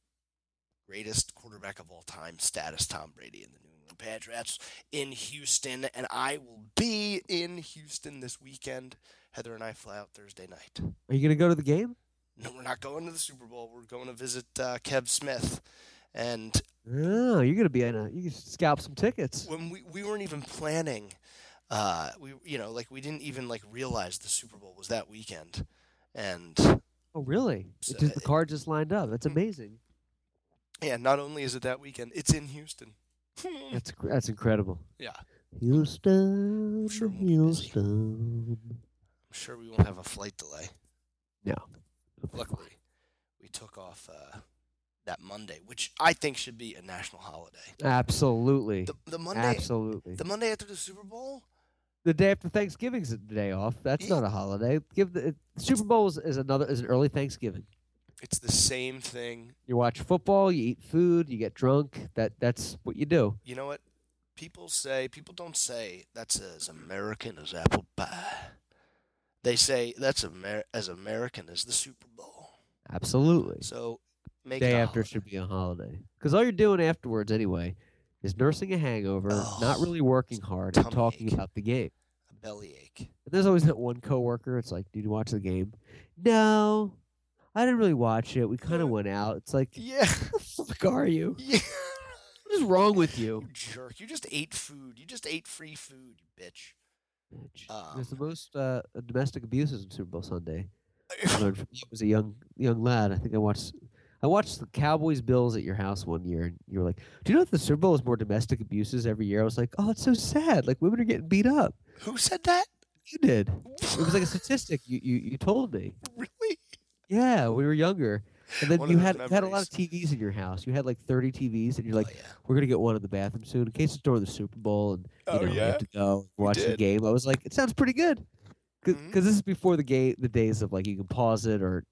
greatest quarterback of all time status, Tom Brady, in the New England Patriots in Houston, and I will be in Houston this weekend. Heather and I fly out Thursday night. Are you gonna go to the game? No, we're not going to the Super Bowl. We're going to visit uh, Kev Smith. And Oh, you're gonna be in a. You can scalp some tickets. when we, we weren't even planning, uh, we you know like we didn't even like realize the Super Bowl was that weekend. And Oh, really? So, It just, the uh, card just lined up. That's Mm. amazing. yeah, not only is it that weekend, it's in Houston. That's cr- that's incredible. yeah, I'm Houston, sure we'll be busy. Houston. sure we won't have a flight delay. Luckily, we took off uh, that Monday, which I think should be a national holiday. Absolutely, The, the Monday, absolutely. the Monday after the Super Bowl. The day after Thanksgiving's the day off. That's Yeah. not a holiday. Give the it- Super Bowl is, is another is an early Thanksgiving. It's the same thing. You watch football, you eat food, you get drunk. That that's what you do. You know what? People say people don't say that's as American as apple pie. They say that's Amer- as American as the Super Bowl. Absolutely. So make Day it a after holiday. should be a holiday because all you're doing afterwards anyway is nursing a hangover, not Ugh, really working hard, and Oh, tummy talking ache. about the game. a bellyache. But there's always that one coworker. It's like, did you watch the game? No, I didn't really watch it. We kind of went out. It's like, Yeah, what the fuck are you? yeah. What is wrong with you? You jerk! You just ate food. You just ate free food, you bitch. There's the Um, most uh, domestic abuses in Super Bowl Sunday. I learned from you as a young young lad. I think I watched. I watched the Cowboys Bills at your house one year, and you were like, "Do you know that the Super Bowl has more domestic abuses every year?" I was like, "Oh, it's so sad. Like women are getting beat up." Who said that? You did. It was like a statistic. You you, you told me. really? Yeah, we were younger. And then One of you those had you had a lot memories. of TVs in your house. You had like 30 TVs, and you're like, oh, yeah. "We're gonna get one in the bathroom soon in case it's during the Super Bowl and you Oh, know we yeah? have to go watch the did. game." I was like, "It sounds pretty good," because Mhm. this is before the game, the days of like you can pause it or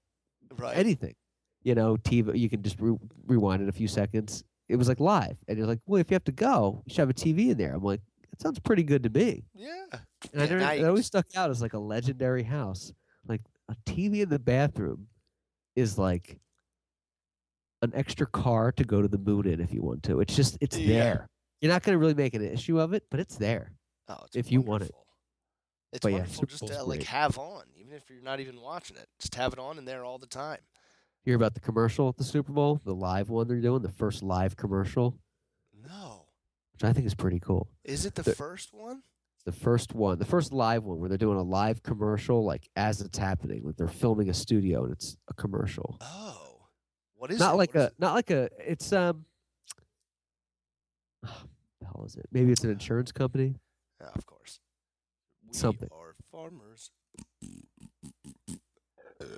Right. anything. You know, TV, you can just re- rewind it a few seconds. It was like live, and you're like, "Well, if you have to go, you should have a TV in there." I'm like, "That sounds pretty good to me." yeah. And I Yeah, never, now it you- always stuck out as like a legendary house. Like a TV in the bathroom is like an extra car to go to the moon in if you want to. It's just it's Yeah. there. You're not going to really make an issue of it, but it's there. Oh, it's If you want it. wonderful. It's But yeah, wonderful Super just to Bowl's like great. have on, even if you're not even watching it. Just have it on in there all the time. Hear about the commercial at the Super Bowl, the live one they're doing, the first live commercial, No. which I think is pretty cool. Is it the, The- first one? the first one, the first live one where they're doing a live commercial, like as it's happening, like they're filming a studio and it's a commercial. Oh. What is not it? like What is a, not like a, it's um, what the hell is it? Maybe it's an insurance company. it? Oh, of course. We Something. are farmers.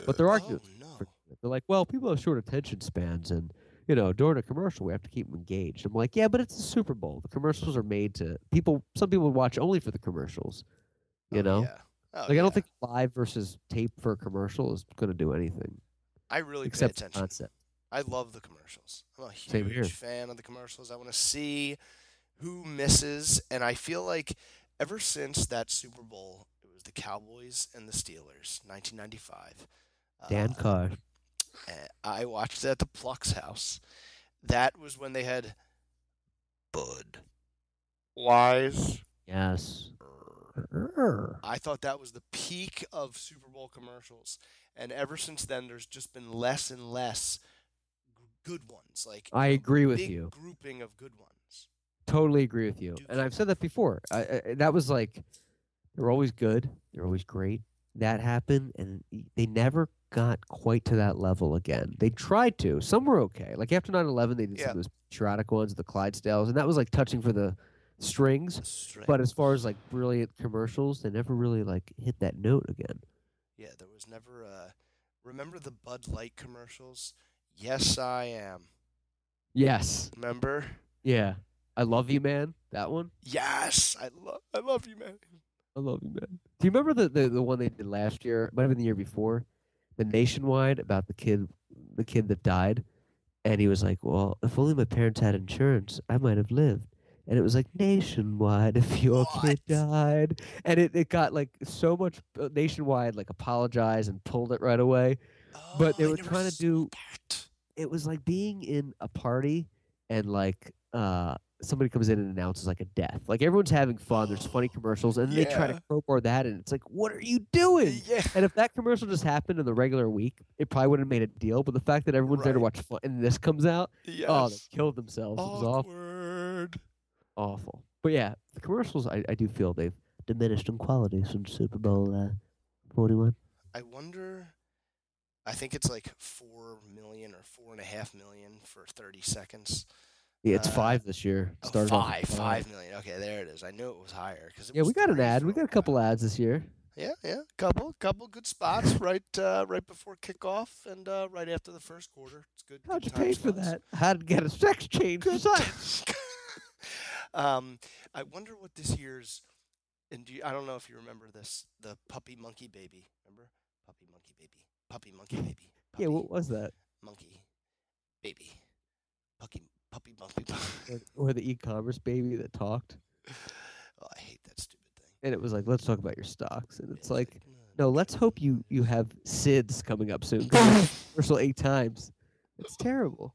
But they're arguing Oh, no. for- They're like, well, people have short attention spans, and you know, during a commercial, we have to keep them engaged. I'm like, yeah, but it's the Super Bowl. The commercials are made to people. Some people watch only for the commercials. You Oh, know, yeah. Oh, like I yeah. don't think live versus tape for a commercial is going to do anything I really pay except the attention. concept. I love the commercials. I'm a Same here. huge fan of the commercials. I want to see who misses, and I feel like ever since that Super Bowl, it was the Cowboys and the Steelers, 1995. Dan uh, Carr. and I watched it at the Plux House. That was when they had Bud Wise. Yes. I thought that was the peak of Super Bowl commercials, and ever since then, there's just been less and less g- good ones. Like I a agree with big you. Grouping of good ones. Totally agree with you. Do And I've said that before. I, I, that was like, they're always good. They're always great. That happened, and y- they never got quite to that level again. They tried to. Some were okay. Like after 9 11, they did Yeah. some of those patriotic ones, the Clydesdales, and that was like touching for the strings. But as far as like brilliant commercials, they never really like hit that note again. yeah, there was never a. Remember the Bud Light commercials? Yes, I am. Yes. Remember? Yeah. I love you, man. That one. Yes, I love. I love you, man. I love you, man. Do you remember the, the, the one they did last year? Might have been the year before, the nationwide about the kid the kid that died, and he was like, "Well, if only my parents had insurance, I might have lived." And it was like nationwide if your kid What? died, and it, it got like so much uh, nationwide like apologized and pulled it right away. But they Oh, I were never trying to saw do- that. It was like being in a party and like uh somebody comes in and announces like a death. Like everyone's having fun. There's funny commercials, and then they try Yeah. to crowbar that, and it's like, what are you doing? Yeah. And if that commercial just happened in the regular week, it probably wouldn't have made a deal. But the fact that everyone's there to Right. watch fun and this comes out, Yes. oh, they killed themselves. It was awful. Awkward. awful. But yeah, the commercials, I, I do feel they've diminished in quality since Super Bowl uh, 41. I wonder. I think it's like four million or four and a half million for thirty seconds. Yeah, it's Uh, five this year. Oh, Started off five, with five million. Okay, there it is. I knew it was higher because Yeah, we got an ad. We got a couple ads this year. Yeah, yeah, couple, couple good spots right, uh, right before kickoff and uh, right after the first quarter. It's good. How'd you good pay time for slots. that? How'd you get a sex change? for science? um, I wonder what this year's and do you, I don't know if you remember this the puppy monkey baby. Remember puppy monkey baby, puppy monkey baby. Puppy, Yeah, what was that? monkey baby, puppy puppy monkey. Or- Or the e-commerce baby that talked, oh, I hate that stupid thing. and it was like, let's talk about your stocks, and it's like, no, No, let's hope you you have SIDS coming up soon. 'cause it's Commercial eight times. It's terrible.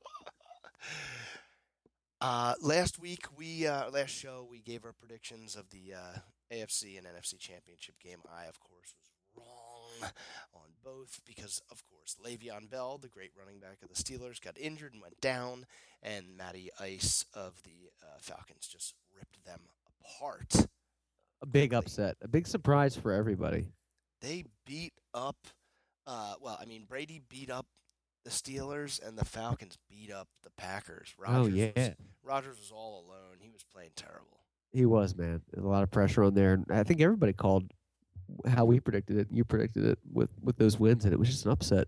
Uh, last week we uh, last show we gave our predictions of the uh, AFC and NFC championship game. I of course was wrong on both because of course Le'Veon Bell, the great running back of the Steelers, got injured and went down, and Matty Ice of the uh, Falcons just ripped them apart. A big Quickly. upset. A big surprise for everybody. They beat up. Uh, well, I mean Brady beat up the Steelers, and the Falcons beat up the Packers. Oh, Rodgers was, Rogers was all alone. He was playing terrible. He was, man. There's A lot of pressure on there. and I think everybody called how we predicted it. You predicted it with with those wins and it was just an upset.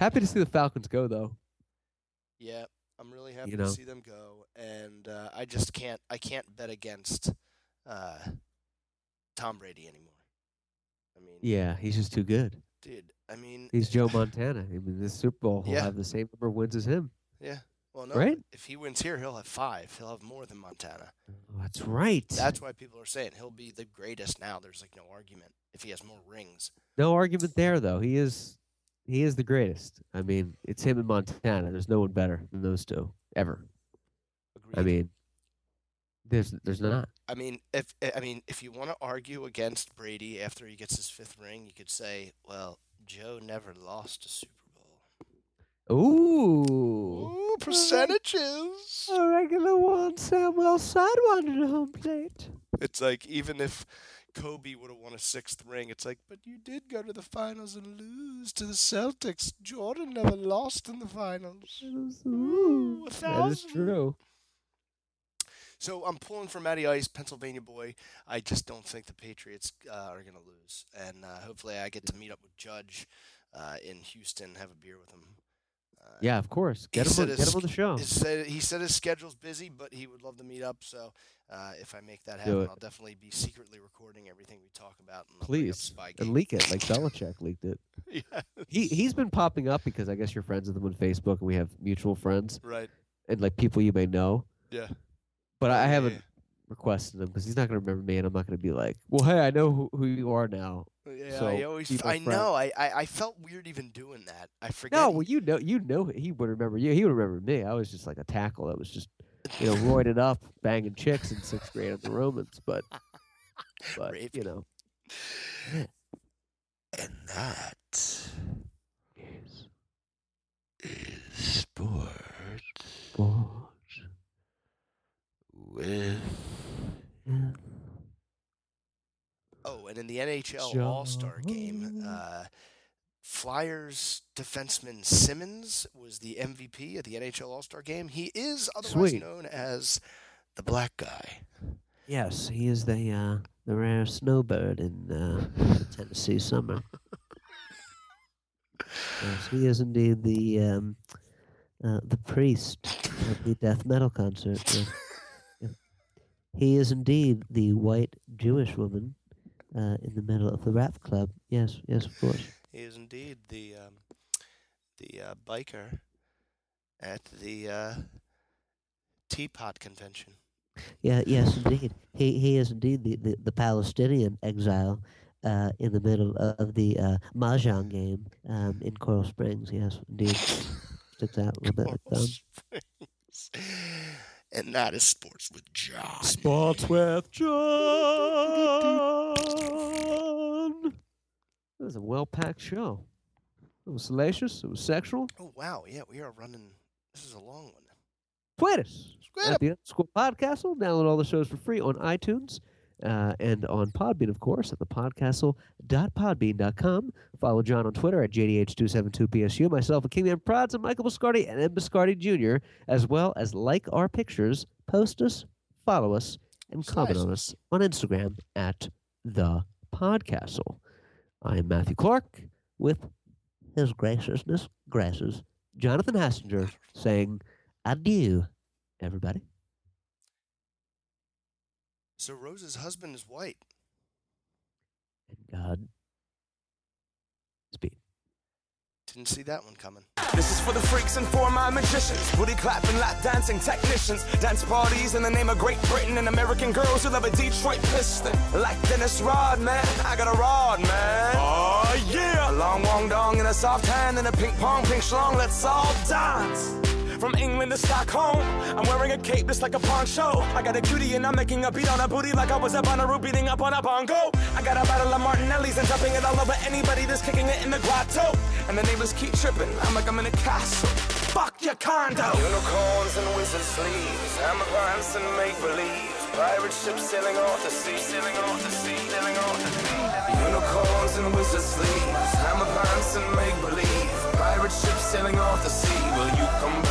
Happy to see the Falcons go though. Yeah, I'm really happy know? to see them go, and uh, I just can't. I can't bet against uh, Tom Brady anymore. I mean, Yeah, he's just too good. dude. I mean, He's Joe Montana. I mean, this Super Bowl will Yeah. have the same number of wins as him. well, no, right? If he wins here, he'll have five. He'll have more than Montana. Oh, that's right. That's why people are saying he'll be the greatest now. There's like no argument if he has more rings. No argument there, though. He is he is the greatest. I mean, it's him and Montana. There's no one better than those two ever. Agreed. I mean, There's there's not. I mean, if eh, I mean, if you want to argue against Brady after he gets his fifth ring, you could say, "Well, Joe never lost a Super Bowl." Ooh. Ooh, percentages. A regular one, Samuel Sidewinder at home plate. It's like even if Kobe would have won a sixth ring, it's like, but you did go to the finals and lose to the Celtics. Jordan never lost in the finals. Ooh, a That is thousand. true. So I'm pulling for Matty Ice, Pennsylvania boy. I just don't think the Patriots uh, are going to lose, and uh, hopefully I get to meet up with Judge uh, in Houston, have a beer with him. Uh, Yeah, of course. Get him, said on, a get him sk- on the show. He said he said his schedule's busy, but he would love to meet up. So uh, if I make that Do happen, it. I'll definitely be secretly recording everything we talk about. And I'll bring up Please. Spygate. And leak it like Belichick leaked it. yeah, He he's been popping up because I guess you're friends with him on Facebook and we have mutual friends right. and like people you may know. Yeah. But I, I Yeah, haven't requested him because he's not gonna remember me and I'm not gonna be like, Well hey, I know who, who you are now. Yeah, yeah So I always. keep f- our I friend- know. I, I I felt weird even doing that. I forget. No, he- well you know you know he would remember you. He would remember me. I was just like a tackle that was just you know, roided up, banging chicks in sixth grade at the Romans, but but Raped. you know. and that is sport with. Oh, and in the NHL All Star game, uh, Flyers defenseman Simmons was the MVP at the NHL All Star game. He is otherwise Sweet. known as the black guy. Yes, he is the uh, the rare snowbird in uh, the Tennessee summer. yes, he is indeed the um, uh, the priest at the death metal concert. yes. Yeah. He is indeed the white Jewish woman uh, in the middle of the rap club. Yes, yes, of course. He is indeed the um, the uh, biker at the uh, teapot convention. Yeah, yes, indeed. He he is indeed the, the, the Palestinian exile uh, in the middle of the uh, mahjong game um, in Coral Springs. Yes, indeed. Sticks out a little bit. Coral Like thumb. Springs. And that is sports with John. Sports with John. That was a well packed show. It was salacious. It was sexual. Oh wow, yeah, we are running. This is a long one. Tweet us at the underscore Podcastle. Download all the shows for free on iTunes uh, and on Podbean, of course, at thepodcastle.podbean.com. Follow John on Twitter at JDH272PSU, myself at Kingman Prods, and Michael Biscardi and M. Biscardi Jr., as well as like our pictures, post us, follow us, and comment on us on Instagram at the Podcastle. I am Matthew Clark with His Graciousness Grasses, Jonathan Hassinger, saying adieu everybody. So Rose's husband is white. And God speed. Didn't see that one coming. This is for the freaks and for my magicians, booty clapping, lap dancing technicians, dance parties in the name of Great Britain and American girls who love a Detroit piston. Like Dennis Rodman, I got a rod, man. Oh yeah! A long wong dong and a soft hand and a ping pong pink schlong. Let's all dance. From England to Stockholm, I'm wearing a cape just like a poncho. I got a cutie and I'm making a beat on a booty like I was up on a root beating up on a bongo. I got a bottle of Martinelli's and dumping it all over anybody that's kicking it in the grotto. And the neighbors keep tripping, I'm like I'm in a castle. Fuck your condo! Unicorns and wizard sleeves, amaranths and make believe. Pirate ships sailing off the sea, sailing off the sea, sailing off the sea. Unicorns and wizard sleeves, amaranths and make believe. Pirate ships sailing off the sea, will you come